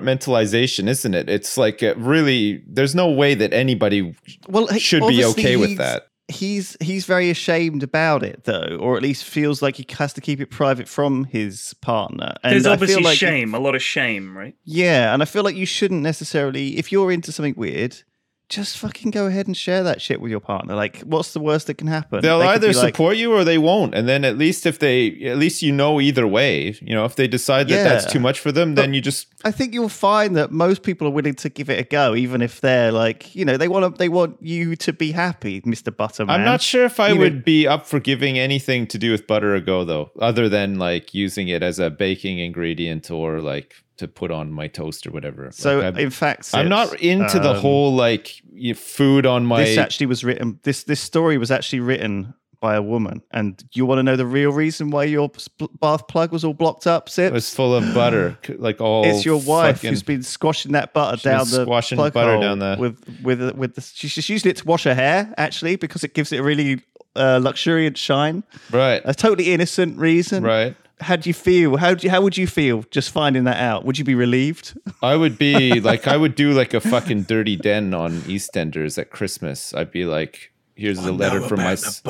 [SPEAKER 2] compartmentalization, isn't it? It's like uh, really, there's no way that anybody
[SPEAKER 1] well, he-
[SPEAKER 2] should be
[SPEAKER 1] obviously
[SPEAKER 2] okay with
[SPEAKER 1] he's-
[SPEAKER 2] that.
[SPEAKER 1] He's he's very ashamed about it though, or at least feels like he has to keep it private from his partner. And
[SPEAKER 3] There's
[SPEAKER 1] I feel
[SPEAKER 3] obviously
[SPEAKER 1] like-
[SPEAKER 3] shame, a lot of shame, right?
[SPEAKER 1] Yeah, and I feel like you shouldn't necessarily, if you're into something weird, just fucking go ahead and share that shit with your partner. Like, what's the worst that can happen?
[SPEAKER 2] They'll
[SPEAKER 1] They could
[SPEAKER 2] either
[SPEAKER 1] be like,
[SPEAKER 2] support you or they won't. And then at least if they, at least you know either way, you know, if they decide that
[SPEAKER 1] Yeah.
[SPEAKER 2] that's too much for them, then you just
[SPEAKER 1] I think you'll find that most people are willing to give it a go, even if they're like, you know, they want to, they want you to be happy, Mister Butterman.
[SPEAKER 2] I'm not sure if I
[SPEAKER 1] You know-
[SPEAKER 2] would be up for giving anything to do with butter a go though, other than like using it as a baking ingredient or like to put on my toast or whatever.
[SPEAKER 1] So
[SPEAKER 2] Like, I-
[SPEAKER 1] in fact,
[SPEAKER 2] I'm not
[SPEAKER 1] Sips,
[SPEAKER 2] into the
[SPEAKER 1] um,
[SPEAKER 2] whole like y- food on my.
[SPEAKER 1] This actually was written. This this story was actually written by a woman. And you want to know the real reason why your sp- bath plug was all blocked up,
[SPEAKER 2] it was
[SPEAKER 1] Sips?
[SPEAKER 2] full of butter, c- like all.
[SPEAKER 1] It's your wife
[SPEAKER 2] fucking-
[SPEAKER 1] who's been squashing that butter
[SPEAKER 2] She's been
[SPEAKER 1] down the
[SPEAKER 2] squashing
[SPEAKER 1] plug
[SPEAKER 2] butter
[SPEAKER 1] hole
[SPEAKER 2] down there.
[SPEAKER 1] with with uh, with the, she- she's using it to wash her hair actually because it gives it a really uh, luxuriant shine.
[SPEAKER 2] right,
[SPEAKER 1] A totally innocent reason.
[SPEAKER 2] right.
[SPEAKER 1] How do you feel? How do you, how would you feel just finding that out? Would you be relieved?
[SPEAKER 2] I would be like, I would do like a fucking dirty den on EastEnders at Christmas. I'd be like, here's a letter from my. s-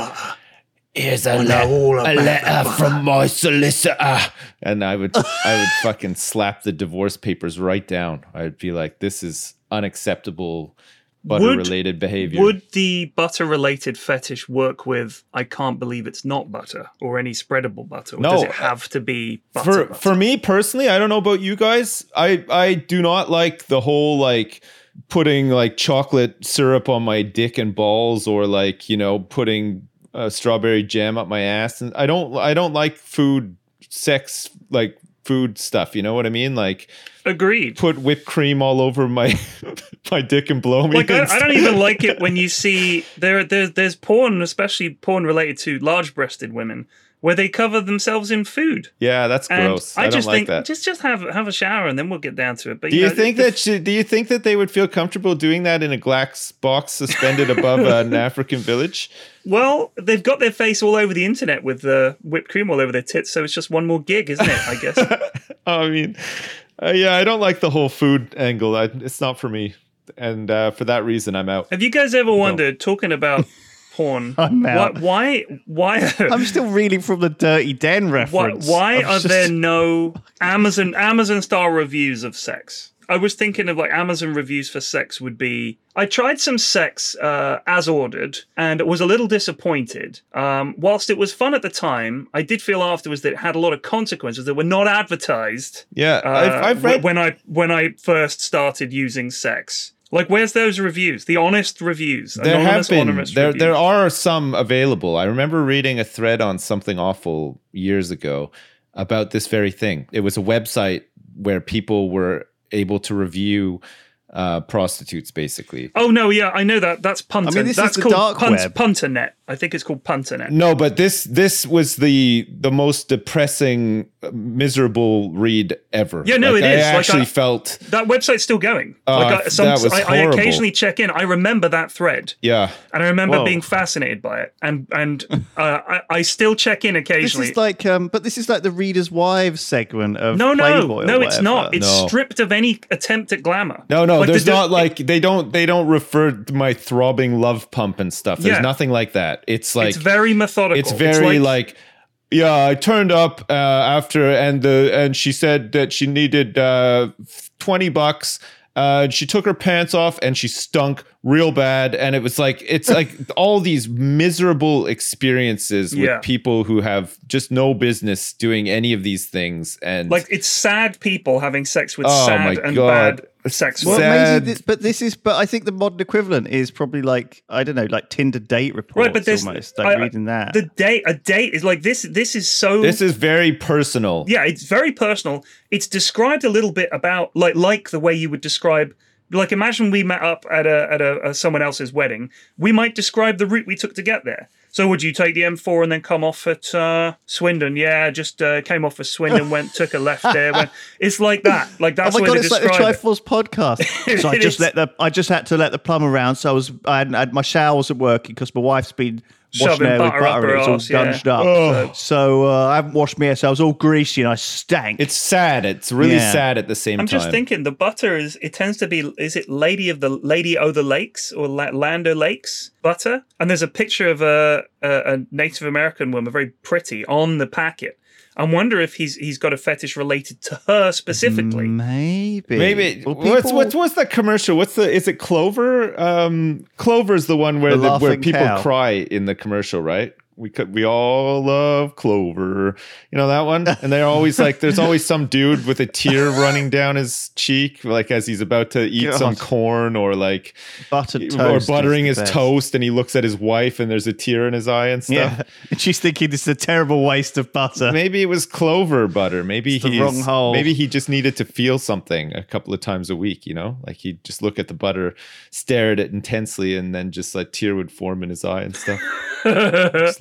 [SPEAKER 2] Here's a, le- a letter from my solicitor, and I would, I would fucking slap the divorce papers right down. I'd be like, this is unacceptable butter-related behavior.
[SPEAKER 3] Would the butter related fetish work with I can't believe it's not butter or any spreadable butter? Or
[SPEAKER 2] No,
[SPEAKER 3] does it
[SPEAKER 2] uh,
[SPEAKER 3] have to be butter?
[SPEAKER 2] for
[SPEAKER 3] butter?
[SPEAKER 2] for me personally, I don't know about you guys. I I do not like the whole like putting like chocolate syrup on my dick and balls, or like you know putting uh, strawberry jam up my ass. And I don't I don't like food, sex like food stuff. You know what I mean? Like
[SPEAKER 3] Agreed.
[SPEAKER 2] put whipped cream all over my my dick and blow me.
[SPEAKER 3] Like I,
[SPEAKER 2] and
[SPEAKER 3] I don't
[SPEAKER 2] stuff.
[SPEAKER 3] even like it when you see there there there's porn, especially porn related to large breasted women, where they cover themselves in food.
[SPEAKER 2] Yeah, that's
[SPEAKER 3] And
[SPEAKER 2] gross. I,
[SPEAKER 3] I,
[SPEAKER 2] don't
[SPEAKER 3] just
[SPEAKER 2] like
[SPEAKER 3] think
[SPEAKER 2] that.
[SPEAKER 3] just just have have a shower and then we'll get down to it. But
[SPEAKER 2] Do you
[SPEAKER 3] know,
[SPEAKER 2] think
[SPEAKER 3] the-
[SPEAKER 2] that sh- do you think that they would feel comfortable doing that in a glass box suspended above an African village?
[SPEAKER 3] Well, they've got their face all over the internet with the whipped cream all over their tits, so it's just one more gig, isn't it? I guess.
[SPEAKER 2] I mean, uh, yeah, I don't like the whole food angle. I, it's not for me, and uh, for that reason, I'm out.
[SPEAKER 3] Have you guys ever wondered, talking about porn,
[SPEAKER 1] I'm out.
[SPEAKER 3] why why why
[SPEAKER 1] I'm still reeling from the Dirty Den
[SPEAKER 3] why,
[SPEAKER 1] reference.
[SPEAKER 3] why
[SPEAKER 1] I'm
[SPEAKER 3] are
[SPEAKER 1] just-
[SPEAKER 3] there no Amazon Amazon star reviews of sex? I was thinking of like Amazon reviews for sex would be. I tried some sex uh, as ordered and was a little disappointed. Um, whilst it was fun at the time, I did feel afterwards that it had a lot of consequences that were not advertised.
[SPEAKER 2] Yeah,
[SPEAKER 3] uh,
[SPEAKER 2] I've, I've
[SPEAKER 3] wh-
[SPEAKER 2] read.
[SPEAKER 3] when I when I first started using sex. Like, where's those reviews? The honest reviews.
[SPEAKER 2] there have
[SPEAKER 3] anonymous,
[SPEAKER 2] been
[SPEAKER 3] anonymous
[SPEAKER 2] there
[SPEAKER 3] reviews.
[SPEAKER 2] there are some available. I remember reading a thread on something awful years ago about this very thing. It was a website where people were able to review uh, prostitutes, basically.
[SPEAKER 3] Oh no, yeah, I know that. That's punter.
[SPEAKER 1] this is
[SPEAKER 3] That's
[SPEAKER 1] the
[SPEAKER 3] called
[SPEAKER 1] dark
[SPEAKER 3] punt,
[SPEAKER 1] web.
[SPEAKER 3] punternet. I think it's called punternet.
[SPEAKER 2] No, but this this was the the most depressing, miserable read ever.
[SPEAKER 3] Yeah, no,
[SPEAKER 2] Like,
[SPEAKER 3] it
[SPEAKER 2] I
[SPEAKER 3] is. Like,
[SPEAKER 2] actually
[SPEAKER 3] I-
[SPEAKER 2] felt.
[SPEAKER 3] That website's still going.
[SPEAKER 2] Oh,
[SPEAKER 3] like I,
[SPEAKER 2] that
[SPEAKER 3] some,
[SPEAKER 2] was
[SPEAKER 3] I, I
[SPEAKER 2] horrible.
[SPEAKER 3] occasionally check in. I remember that thread,
[SPEAKER 2] Yeah,
[SPEAKER 3] and I remember
[SPEAKER 1] Whoa.
[SPEAKER 3] being fascinated by it. And and uh, I, I still check in
[SPEAKER 1] This
[SPEAKER 3] occasionally.
[SPEAKER 1] is like, um, but this is like the Reader's Wives segment of
[SPEAKER 3] no, no,
[SPEAKER 1] Playboy. or
[SPEAKER 3] no, it's not.
[SPEAKER 1] whatever.
[SPEAKER 3] It's
[SPEAKER 2] No.
[SPEAKER 3] stripped of any attempt at glamour.
[SPEAKER 2] No, no,
[SPEAKER 3] Like,
[SPEAKER 2] there's
[SPEAKER 3] the-
[SPEAKER 2] not like they don't they don't refer to my throbbing love pump and stuff. There's
[SPEAKER 3] Yeah.
[SPEAKER 2] nothing like that. It's like
[SPEAKER 3] it's very methodical.
[SPEAKER 2] it's very like, yeah, I turned up uh, after and the and she said that she needed uh, twenty bucks. Uh, and she took her pants off and she stunk real bad. And it was like it's like all these miserable experiences with
[SPEAKER 3] Yeah.
[SPEAKER 2] people who have just no business doing any of these things. And
[SPEAKER 3] Like it's sad people having sex with
[SPEAKER 2] Oh,
[SPEAKER 3] sad
[SPEAKER 2] my
[SPEAKER 3] and
[SPEAKER 2] God.
[SPEAKER 3] bad sex
[SPEAKER 2] Well,
[SPEAKER 1] What
[SPEAKER 3] work.
[SPEAKER 2] Sad.
[SPEAKER 1] amazes this, but this is, but I think the modern equivalent is probably like I don't know, like Tinder date reports
[SPEAKER 3] Right, but there's
[SPEAKER 1] almost. Like
[SPEAKER 3] I- I-
[SPEAKER 1] reading that.
[SPEAKER 3] The date, a date is like this. This is so.
[SPEAKER 2] this is very personal.
[SPEAKER 3] yeah, it's very personal. It's described a little bit about like like the way you would describe. Like imagine we met up at a at a, a someone else's wedding. We might describe the route we took to get there. So would you take the M4 and then come off at uh, Swindon? Yeah, just uh, came off at Swindon, went took a left there. Went, it's like that. Like
[SPEAKER 1] Oh
[SPEAKER 3] that's
[SPEAKER 1] my
[SPEAKER 3] where
[SPEAKER 1] god!
[SPEAKER 3] they
[SPEAKER 1] It's like the
[SPEAKER 3] describe it.
[SPEAKER 1] Triforce podcast. So I
[SPEAKER 3] It
[SPEAKER 1] just
[SPEAKER 3] is.
[SPEAKER 1] let the I just had to let the plum around. So I was I had, I had my shower wasn't working because my wife's been washing
[SPEAKER 3] Shoving
[SPEAKER 1] her with
[SPEAKER 3] butter up
[SPEAKER 1] butter
[SPEAKER 3] her
[SPEAKER 1] and it's all
[SPEAKER 3] arse, yeah.
[SPEAKER 1] gunged up.
[SPEAKER 2] Oh.
[SPEAKER 1] So uh, I haven't washed my hair, so I was all greasy and I stank.
[SPEAKER 2] It's sad. It's really
[SPEAKER 1] Yeah.
[SPEAKER 2] sad at the same
[SPEAKER 3] I'm
[SPEAKER 2] time.
[SPEAKER 3] just thinking the butter is it tends to be is it Lady of the Lady O the Lakes or La- Land O Lakes butter? And there's a picture of a, a a Native American woman, very pretty, on the packet. I wonder if he's he's got a fetish related to her specifically.
[SPEAKER 1] maybe
[SPEAKER 2] Maybe
[SPEAKER 1] Well,
[SPEAKER 2] what's
[SPEAKER 1] people-
[SPEAKER 2] what's what's that commercial? What's the is it Clover? Um, Clover's the one
[SPEAKER 1] The
[SPEAKER 2] where the, where
[SPEAKER 1] laughing
[SPEAKER 2] people
[SPEAKER 1] cow.
[SPEAKER 2] cry in the commercial, right? we could we all love clover you know that one and they're always like there's always some dude with a tear running down his cheek like as he's about to eat some
[SPEAKER 1] God.
[SPEAKER 2] corn or like
[SPEAKER 1] Buttered
[SPEAKER 2] or
[SPEAKER 1] toast
[SPEAKER 2] buttering
[SPEAKER 1] is
[SPEAKER 2] his
[SPEAKER 1] the best.
[SPEAKER 2] toast and he looks at his wife and there's a tear in his eye and stuff
[SPEAKER 1] Yeah, she's thinking this is a terrible waste of butter.
[SPEAKER 2] maybe it was clover butter maybe
[SPEAKER 1] It's the
[SPEAKER 2] he's
[SPEAKER 1] wrong hole.
[SPEAKER 2] maybe he just needed to feel something a couple of times a week you know like he'd just look at the butter stare at it intensely and then just like tear would form in his eye and stuff
[SPEAKER 1] Mm.
[SPEAKER 2] just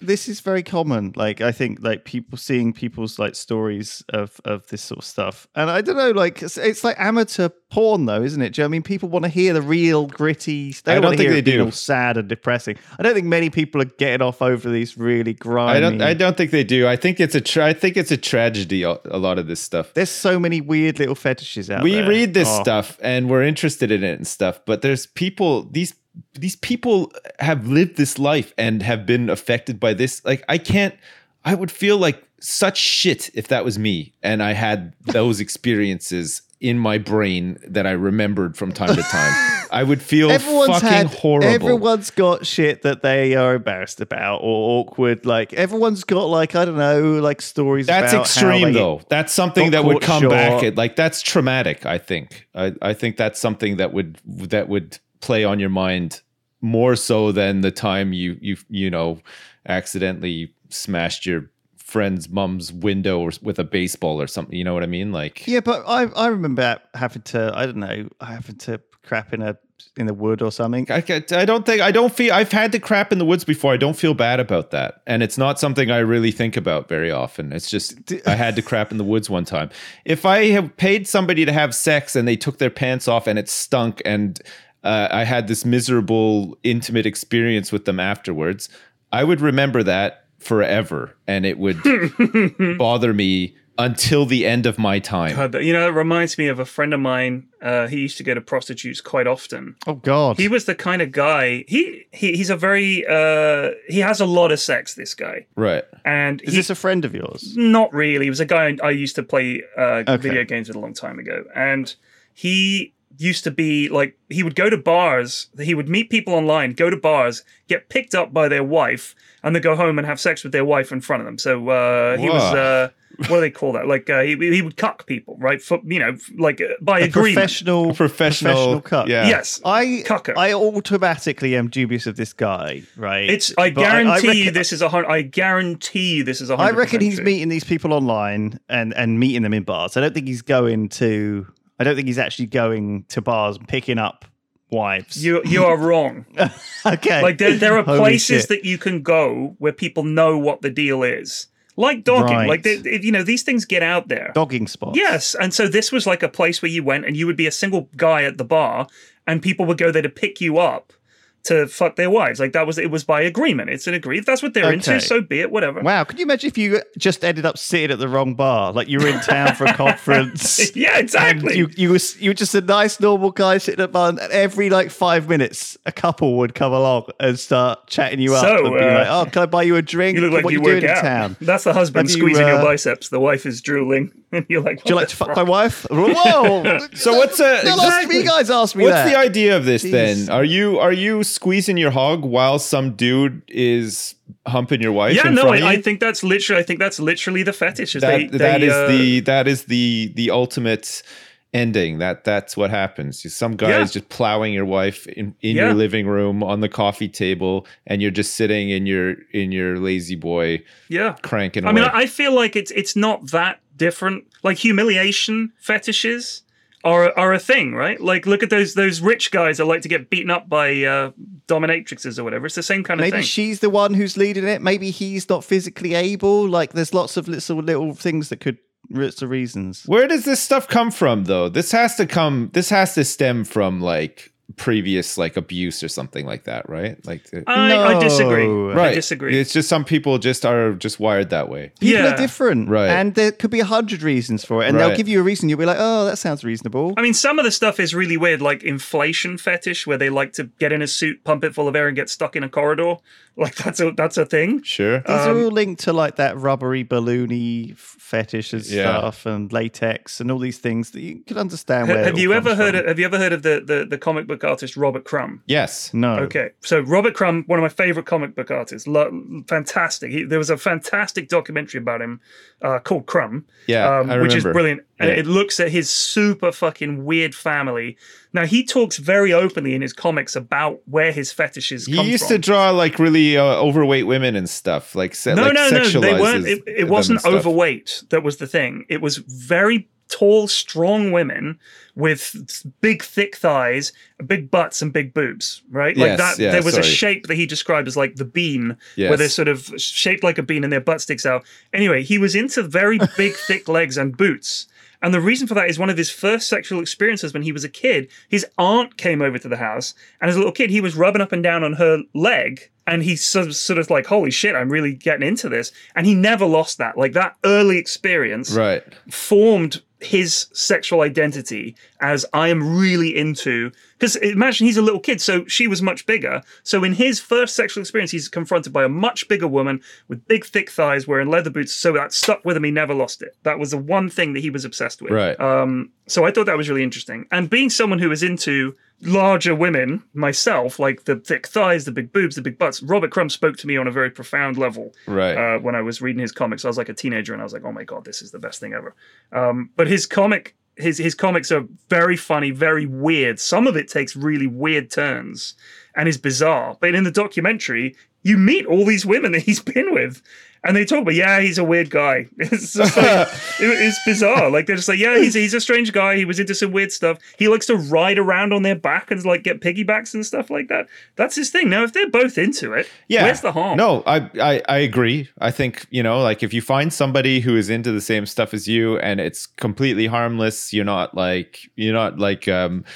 [SPEAKER 1] this is very common. Like I think like people seeing people's like stories of of this sort of stuff, and I don't know. Like it's, it's like amateur porn, though, isn't it? Do you know what I mean people want to hear the real gritty? They
[SPEAKER 2] I don't
[SPEAKER 1] wanna
[SPEAKER 2] think
[SPEAKER 1] hear
[SPEAKER 2] they
[SPEAKER 1] it being
[SPEAKER 2] do.
[SPEAKER 1] All sad and depressing. I don't think many people are getting off over these really grimy.
[SPEAKER 2] I don't. I don't think they do. I think it's a. Tra- I think it's a tragedy. A a lot of this stuff.
[SPEAKER 1] There's so many weird little fetishes out
[SPEAKER 2] we
[SPEAKER 1] there.
[SPEAKER 2] read this
[SPEAKER 1] Oh.
[SPEAKER 2] stuff and we're interested in it and stuff but there's people these these people have lived this life and have been affected by this like i can't i would feel like such shit if that was me and i had those experiences in my brain that i remembered from time to time i would feel
[SPEAKER 3] Oh,
[SPEAKER 1] Everyone's
[SPEAKER 2] fucking
[SPEAKER 1] had
[SPEAKER 2] horrible
[SPEAKER 1] Everyone's got shit that they are embarrassed about or awkward. Like everyone's got like I don't know, like stories.
[SPEAKER 2] that's
[SPEAKER 1] about how
[SPEAKER 2] extreme
[SPEAKER 1] they-
[SPEAKER 2] though that's something
[SPEAKER 1] got
[SPEAKER 2] that would
[SPEAKER 1] caught
[SPEAKER 2] come
[SPEAKER 1] short.
[SPEAKER 2] back at like that's traumatic i think I, I think that's something that would that would play on your mind more so than the time you you you know accidentally smashed your friend's mum's window or, with a baseball or something you know what i mean like
[SPEAKER 1] Yeah, but I I remember having to I don't know I having to crap in a in the wood or something.
[SPEAKER 2] I, can't- I don't think I don't feel I've had the crap in the woods before. I don't feel bad about that, and it's not something I really think about very often. It's just I had the crap in the woods one time. If I have paid somebody to have sex and they took their pants off and it stunk, and uh, I had this miserable intimate experience with them afterwards, I would remember that forever, and it would bother me until the end of my time.
[SPEAKER 3] God, that- you know, it reminds me of a friend of mine. Uh, he used to go to prostitutes quite often.
[SPEAKER 1] Oh God,
[SPEAKER 3] He was the kind of guy. He, he he's a very uh, he has a lot of sex. This guy,
[SPEAKER 2] Right.
[SPEAKER 3] and
[SPEAKER 1] is
[SPEAKER 3] he-
[SPEAKER 1] this a friend of yours?
[SPEAKER 3] Not really. He was a guy I used to play uh,
[SPEAKER 1] Okay.
[SPEAKER 3] video games with a long time ago, and he used to be like he would go to bars. He would meet people online, go to bars, get picked up by their wife, and then go home and have sex with their wife in front of them. So uh, he was.
[SPEAKER 2] Wow.
[SPEAKER 3] Uh, what do they call that? Like uh, he, he would cuck people, right? For you know, like uh, by
[SPEAKER 1] A
[SPEAKER 3] agreement.
[SPEAKER 1] professional,
[SPEAKER 2] professional-
[SPEAKER 1] cuck.
[SPEAKER 2] yeah.
[SPEAKER 3] Yes,
[SPEAKER 1] I
[SPEAKER 3] Cucker.
[SPEAKER 1] I automatically am dubious of this guy, right?
[SPEAKER 3] it's. I
[SPEAKER 1] But I
[SPEAKER 3] guarantee you,
[SPEAKER 1] reckon-
[SPEAKER 3] this is a hundred. I guarantee you, this is a
[SPEAKER 1] I
[SPEAKER 3] hundred.
[SPEAKER 1] reckon
[SPEAKER 3] percent
[SPEAKER 1] he's
[SPEAKER 3] true.
[SPEAKER 1] meeting these people online and and meeting them in bars. I don't think he's going to. I don't think he's actually going to bars and picking up wives.
[SPEAKER 3] You you are wrong.
[SPEAKER 1] okay,
[SPEAKER 3] Like there, there are
[SPEAKER 1] Holy
[SPEAKER 3] places
[SPEAKER 1] shit.
[SPEAKER 3] that you can go where people know what the deal is. Like dogging,
[SPEAKER 1] Right.
[SPEAKER 3] like they, they- you know these things get out there.
[SPEAKER 1] dogging spots.
[SPEAKER 3] Yes, and so this was like a place where you went and you would be a single guy at the bar, and people would go there to pick you up to fuck their wives. Like that was it was by agreement. It's an agreement. If that's what they're
[SPEAKER 1] Okay.
[SPEAKER 3] into, so be it. Whatever.
[SPEAKER 1] Wow, can you imagine if you just ended up sitting at the wrong bar? Like you were in town for a conference.
[SPEAKER 3] Yeah,
[SPEAKER 1] And
[SPEAKER 3] exactly.
[SPEAKER 1] you you were s- you were just a nice normal guy sitting at a bar, and every like five minutes, a couple would come along and start chatting you up
[SPEAKER 3] So,
[SPEAKER 1] and be
[SPEAKER 3] uh,
[SPEAKER 1] like, "Oh, can I buy you a drink?
[SPEAKER 3] You look like
[SPEAKER 1] what
[SPEAKER 3] you
[SPEAKER 1] you
[SPEAKER 3] work
[SPEAKER 1] doing
[SPEAKER 3] out.
[SPEAKER 1] in town? Do
[SPEAKER 3] That's the husband
[SPEAKER 1] Have you,
[SPEAKER 3] squeezing
[SPEAKER 1] uh,
[SPEAKER 3] your biceps. The wife is drooling, and you're like,
[SPEAKER 1] you
[SPEAKER 3] "What
[SPEAKER 1] like
[SPEAKER 3] the
[SPEAKER 1] to fuck
[SPEAKER 3] fuck?"
[SPEAKER 1] my wife?" Whoa!
[SPEAKER 2] So what's a
[SPEAKER 1] They'll ask me, you guys ask me
[SPEAKER 2] What's
[SPEAKER 1] that.
[SPEAKER 2] the idea of this
[SPEAKER 1] Jeez.
[SPEAKER 2] then? Are you are you squeezing your hog while some dude is humping your wife?
[SPEAKER 3] Yeah,
[SPEAKER 2] in
[SPEAKER 3] no,
[SPEAKER 2] front of
[SPEAKER 3] I, I
[SPEAKER 2] you?
[SPEAKER 3] think that's literally. I think that's literally the fetish. Is
[SPEAKER 2] that
[SPEAKER 3] they,
[SPEAKER 2] that
[SPEAKER 3] they,
[SPEAKER 2] is
[SPEAKER 3] uh,
[SPEAKER 2] the that is the the ultimate ending. That that's what happens. You- Some guy
[SPEAKER 3] Yeah.
[SPEAKER 2] is just plowing your wife in, in
[SPEAKER 3] Yeah.
[SPEAKER 2] your living room on the coffee table, and you're just sitting in your in your lazy boy
[SPEAKER 3] yeah.
[SPEAKER 2] cranking
[SPEAKER 3] I
[SPEAKER 2] away.
[SPEAKER 3] mean, I I feel like it's it's not that different. Like humiliation fetishes are are a thing, right? Like look at those those rich guys that like to get beaten up by uh, dominatrixes or whatever. It's the same kind of
[SPEAKER 1] Maybe
[SPEAKER 3] thing.
[SPEAKER 1] she's the one who's leading it. Maybe he's not physically able. Like, there's lots of little little things that could lots of reasons.
[SPEAKER 2] Where does this stuff come from though? This has to come this has to stem from like previous like abuse or something like that, right? Like uh, the-
[SPEAKER 3] I, I disagree.
[SPEAKER 1] No.
[SPEAKER 3] I disagree.
[SPEAKER 2] It's just some people just are just wired that way.
[SPEAKER 1] People
[SPEAKER 3] yeah.
[SPEAKER 1] are different,
[SPEAKER 2] Right.
[SPEAKER 1] And there could be a hundred reasons for it, and they'll
[SPEAKER 2] Right.
[SPEAKER 1] give you a reason. You'll be like, "Oh, that sounds reasonable."
[SPEAKER 3] I mean, some of the stuff is really weird, like inflation fetish, where they like to get in a suit, pump it full of air, and get stuck in a corridor. Like that's a that's a thing.
[SPEAKER 2] Sure.
[SPEAKER 3] Uh,
[SPEAKER 1] These are all linked to like that rubbery balloony f- fetish and
[SPEAKER 2] Yeah.
[SPEAKER 1] stuff, and latex, and all these things that you can understand.
[SPEAKER 3] Ha-
[SPEAKER 1] Where it
[SPEAKER 3] have
[SPEAKER 1] all
[SPEAKER 3] you
[SPEAKER 1] comes
[SPEAKER 3] ever heard?
[SPEAKER 1] from.
[SPEAKER 3] Of, have you ever heard of the, the the comic book artist Robert Crumb?
[SPEAKER 2] yes.
[SPEAKER 1] No.
[SPEAKER 3] Okay, so Robert Crumb, one of my favorite comic book artists, lo- fantastic. He, there was a fantastic documentary about him uh, called Crumb, um,
[SPEAKER 2] Yeah, I
[SPEAKER 3] which is
[SPEAKER 2] remember.
[SPEAKER 3] brilliant. And
[SPEAKER 2] Yeah.
[SPEAKER 3] it looks at his super fucking weird family. Now he talks very openly in his comics about where his fetishes.
[SPEAKER 2] He
[SPEAKER 3] come
[SPEAKER 2] used
[SPEAKER 3] from.
[SPEAKER 2] to draw like really uh, overweight women and stuff, like se-
[SPEAKER 3] no,
[SPEAKER 2] like
[SPEAKER 3] no, no. They
[SPEAKER 2] sexualizes
[SPEAKER 3] weren't. It,
[SPEAKER 2] them
[SPEAKER 3] it
[SPEAKER 2] and
[SPEAKER 3] wasn't
[SPEAKER 2] stuff.
[SPEAKER 3] overweight that was the thing. It was very tall, strong women with big, thick thighs, big butts, and big boobs. Right?
[SPEAKER 2] Yes,
[SPEAKER 3] Like that.
[SPEAKER 2] yeah,
[SPEAKER 3] there was
[SPEAKER 2] sorry.
[SPEAKER 3] a shape that he described as like the bean, where
[SPEAKER 2] Yes.
[SPEAKER 3] they're sort of shaped like a bean and their butt sticks out. Anyway, he was into very big, thick legs and boots. And the reason for that is one of his first sexual experiences when he was a kid. His aunt came over to the house, and as a little kid, he was rubbing up and down on her leg. And he sort of, sort of like, holy shit, I'm really getting into this. And he never lost that. Like that early experience
[SPEAKER 2] Right.
[SPEAKER 3] formed his sexual identity as I am really into. Because imagine he's a little kid, so she was much bigger. So in his first sexual experience, he's confronted by a much bigger woman with big, thick thighs, wearing leather boots. So that stuck with him. He never lost it. That was the one thing that he was obsessed with.
[SPEAKER 2] Right.
[SPEAKER 3] Um, so I thought that was really interesting. And being someone who is into larger women myself, like the thick thighs, the big boobs, the big butts, Robert Crumb spoke to me on a very profound level
[SPEAKER 2] Right.
[SPEAKER 3] uh, when I was reading his comics. I was like a teenager, and I was like, "Oh my god, this is the best thing ever." Um, but his comic, his his comics are very funny, very weird. Some of it takes really weird turns and is bizarre. But in the documentary, you meet all these women that he's been with, and they talk about, "Yeah, he's a weird guy." It's just like, it- it's bizarre. Like they're just like, "Yeah, he's he's a strange guy. He was into some weird stuff. He likes to ride around on their back and like get piggybacks and stuff like that. That's his thing." Now, if they're both into it,
[SPEAKER 2] yeah.
[SPEAKER 3] where's the harm?
[SPEAKER 2] No, I, I I agree. I think you know, like if you find somebody who is into the same stuff as you, and it's completely harmless, you're not like you're not like um,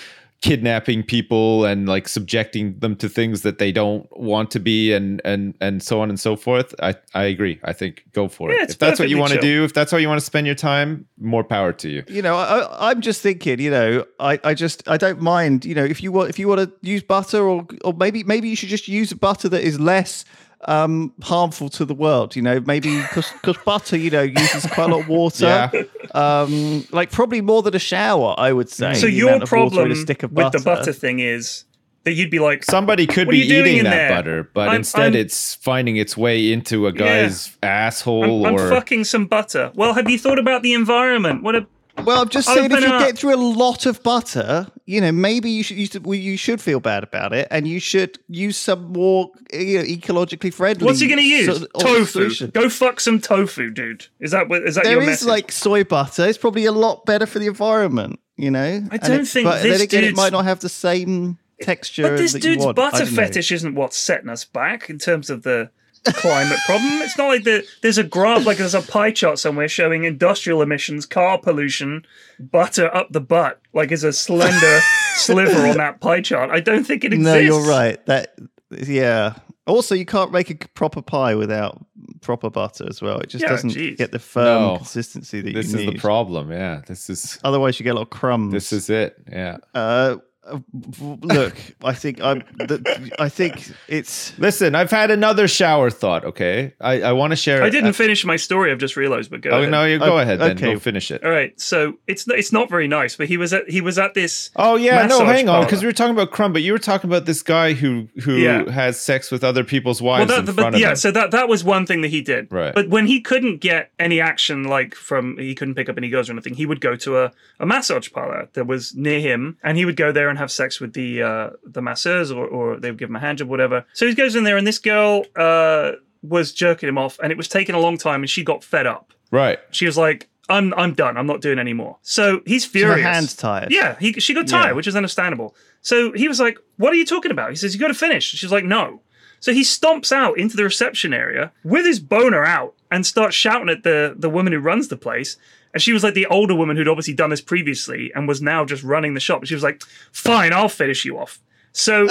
[SPEAKER 2] kidnapping people and like subjecting them to things that they don't want to be, and and and so on and so forth. I I agree. I think go for
[SPEAKER 3] Yeah,
[SPEAKER 2] it.
[SPEAKER 3] it's
[SPEAKER 2] If that's what you
[SPEAKER 3] perfectly
[SPEAKER 2] want to
[SPEAKER 3] chill.
[SPEAKER 2] do, if that's how you want to spend your time, more power to you.
[SPEAKER 1] you know, I, I- I'm just thinking, you know, I, I just I don't mind, you know, if you want if you want to use butter or or maybe maybe you should just use a butter that is less um harmful to the world, you know, maybe because butter, you know, uses quite a lot of water,
[SPEAKER 2] Yeah.
[SPEAKER 1] um, like probably more than a shower, I would say.
[SPEAKER 3] So
[SPEAKER 1] the
[SPEAKER 3] your
[SPEAKER 1] amount of water in
[SPEAKER 3] problem
[SPEAKER 1] a stick of
[SPEAKER 3] with the butter thing is that you'd be like,
[SPEAKER 2] Somebody could
[SPEAKER 3] What
[SPEAKER 2] be
[SPEAKER 3] are you doing
[SPEAKER 2] eating
[SPEAKER 3] in
[SPEAKER 2] that
[SPEAKER 3] there?
[SPEAKER 2] butter, but
[SPEAKER 3] I'm-
[SPEAKER 2] instead
[SPEAKER 3] I'm-
[SPEAKER 2] it's finding its way into a guy's
[SPEAKER 3] I'm,
[SPEAKER 2] asshole
[SPEAKER 3] I'm
[SPEAKER 2] or
[SPEAKER 3] fucking some butter. Well, have you thought about the environment? What a
[SPEAKER 1] Well, I'm just saying, if
[SPEAKER 3] Open
[SPEAKER 1] you
[SPEAKER 3] up.
[SPEAKER 1] get through a lot of butter, you know, maybe you should you should, well, you should feel bad about it, and you should use some more you know, ecologically friendly.
[SPEAKER 3] what's he going to use?
[SPEAKER 1] sort of
[SPEAKER 3] tofu.
[SPEAKER 1] oh, solution.
[SPEAKER 3] Go fuck some tofu, dude. Is that what is that
[SPEAKER 1] There
[SPEAKER 3] your
[SPEAKER 1] is
[SPEAKER 3] message?
[SPEAKER 1] like soy butter. It's probably a lot better for the environment, you know.
[SPEAKER 3] I
[SPEAKER 1] And
[SPEAKER 3] don't
[SPEAKER 1] it-
[SPEAKER 3] think
[SPEAKER 1] but
[SPEAKER 3] this
[SPEAKER 1] then again, it
[SPEAKER 3] dude's-
[SPEAKER 1] might not have the same texture.
[SPEAKER 3] but this
[SPEAKER 1] that you
[SPEAKER 3] dude's
[SPEAKER 1] want. I
[SPEAKER 3] butter
[SPEAKER 1] don't know.
[SPEAKER 3] fetish isn't what's setting us back in terms of the climate problem. It's not like the, there's a graph, like there's a pie chart somewhere showing industrial emissions, car pollution, butter up the butt. Like there's a slender sliver on that pie chart. I don't think it exists.
[SPEAKER 1] No, you're right. That yeah. Also, you can't make a c- proper pie without proper butter as well. It just
[SPEAKER 3] Yeah,
[SPEAKER 1] doesn't
[SPEAKER 3] geez.
[SPEAKER 1] get the firm
[SPEAKER 2] No.
[SPEAKER 1] consistency that
[SPEAKER 2] This
[SPEAKER 1] you
[SPEAKER 2] is
[SPEAKER 1] need.
[SPEAKER 2] the problem. Yeah. This is
[SPEAKER 1] Otherwise, you get a lot of crumbs.
[SPEAKER 2] this is it. Yeah.
[SPEAKER 1] Uh, uh, look, I think I'm. The, I think it's.
[SPEAKER 2] Listen, I've had another shower thought. Okay, I, I want to share.
[SPEAKER 3] I didn't
[SPEAKER 2] Uh,
[SPEAKER 3] finish my story. I've just realised, but go.
[SPEAKER 2] oh
[SPEAKER 3] ahead.
[SPEAKER 2] no, you go
[SPEAKER 1] Oh,
[SPEAKER 2] ahead. Then
[SPEAKER 1] okay.
[SPEAKER 2] go finish it.
[SPEAKER 3] All right, so it's it's not very nice, but he was at he was at this.
[SPEAKER 2] Oh yeah, no,
[SPEAKER 3] massage
[SPEAKER 2] hang on,
[SPEAKER 3] parlour.
[SPEAKER 2] because we were talking about crumb, but you were talking about this guy who who
[SPEAKER 3] Yeah.
[SPEAKER 2] has sex with other people's wives in
[SPEAKER 3] that,
[SPEAKER 2] front
[SPEAKER 3] but
[SPEAKER 2] of
[SPEAKER 3] yeah,
[SPEAKER 2] him.
[SPEAKER 3] so that that was one thing that he did.
[SPEAKER 2] Right.
[SPEAKER 3] But when he couldn't get any action, like from he couldn't pick up any girls or anything, he would go to a, a massage parlor that was near him, and he would go there and have sex with the uh, the masseurs, or, or they would give him a hand job, whatever. So he goes in there, and this girl uh, was jerking him off, and it was taking a long time, and she got fed up.
[SPEAKER 2] right.
[SPEAKER 3] She was like, "I'm I'm done. I'm not doing anymore." So he's
[SPEAKER 1] Your
[SPEAKER 3] furious.
[SPEAKER 1] hands tired.
[SPEAKER 3] Yeah, he, she got tired, which is understandable. So he was like, What are you talking about? He says, You got to finish. She's like, No. So he stomps out into the reception area with his boner out and starts shouting at the, the woman who runs the place. And she was like the older woman who'd obviously done this previously and was now just running the shop. She was like, Fine, I'll finish you off. So,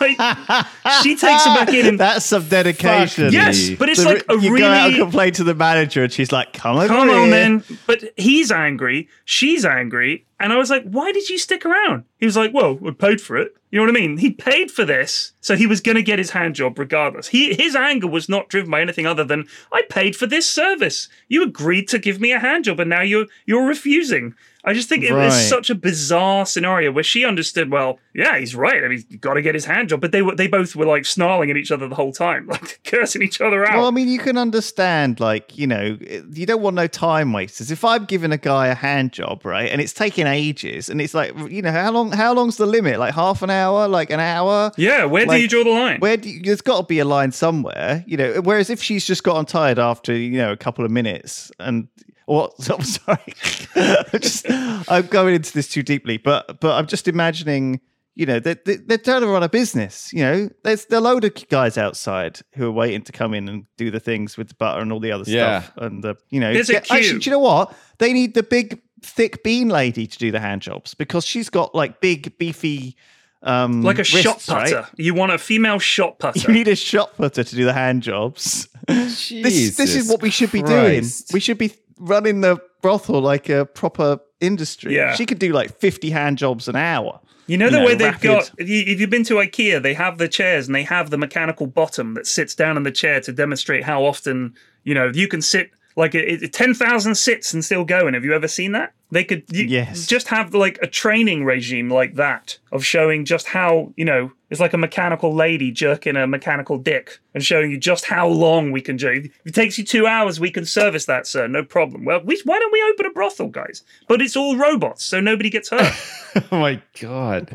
[SPEAKER 3] right, she takes him back in and
[SPEAKER 1] Ah, That's some dedication.
[SPEAKER 2] me.
[SPEAKER 3] Yes, but it's
[SPEAKER 1] The-
[SPEAKER 3] like a
[SPEAKER 1] you
[SPEAKER 3] really
[SPEAKER 1] go out and complain to the manager, and she's like, "Come on,
[SPEAKER 3] Come on,
[SPEAKER 1] here.
[SPEAKER 3] then. But he's angry. She's angry. And I was like, why did you stick around? He was like, well, we paid for it. You know what I mean? He paid for this, so he was going to get his hand job regardless. He, his anger was not driven by anything other than, I paid for this service. You agreed to give me a hand job, and now you're, you're refusing. I just think it
[SPEAKER 1] Right.
[SPEAKER 3] was such a bizarre scenario where she understood, well, yeah, he's right. I mean, he's got to get his hand job. But they were they both were like snarling at each other the whole time, like cursing each other out.
[SPEAKER 1] Well, I mean, you can understand, like, you know, you don't want no time wasters. If I'm giving a guy a hand job, right, and it's taking ages, and it's like, you know, how long? How long's the limit? Like half an hour? Like an hour?
[SPEAKER 3] yeah, where do
[SPEAKER 1] like,
[SPEAKER 3] you draw the line?
[SPEAKER 1] Where do you, there's got to be a line somewhere, you know. Whereas if she's just gotten tired after you know a couple of minutes, and or I'm sorry, I'm just I'm going into this too deeply, but but I'm just imagining, you know, they're, they're trying to run a business. You know, there's there are a load of guys outside who are waiting to come in and do the things with the butter and all the other
[SPEAKER 2] Yeah.
[SPEAKER 1] stuff, and the you know,
[SPEAKER 3] There's a queue.
[SPEAKER 1] actually, do you know what? They need the big thick bean lady to do the hand jobs because she's got like big beefy. Um,
[SPEAKER 3] like a
[SPEAKER 1] wrists,
[SPEAKER 3] shot
[SPEAKER 1] right?
[SPEAKER 3] putter. You want a female shot putter.
[SPEAKER 1] You need a shot putter to do the hand jobs. This, this is
[SPEAKER 2] Jesus
[SPEAKER 1] what we should be
[SPEAKER 2] Christ.
[SPEAKER 1] doing. We should be running the brothel like a proper industry.
[SPEAKER 3] Yeah.
[SPEAKER 1] She could do like 50 hand jobs an hour.
[SPEAKER 3] you know
[SPEAKER 1] you
[SPEAKER 3] the
[SPEAKER 1] know,
[SPEAKER 3] way they've
[SPEAKER 1] rapid.
[SPEAKER 3] got. If, you, if you've been to IKEA, they have the chairs and they have the mechanical bottom that sits down in the chair to demonstrate how often you know you can sit like it, it, ten thousand sits and still going. Have you ever seen that? They could you,
[SPEAKER 1] Yes.
[SPEAKER 3] just have like a training regime like that of showing just how you know it's like a mechanical lady jerking a mechanical dick and showing you just how long we can do. If it takes you two hours, we can service that, sir, no problem. Well, we, why don't we open a brothel, guys? But it's all robots, so nobody gets hurt.
[SPEAKER 2] Oh my god.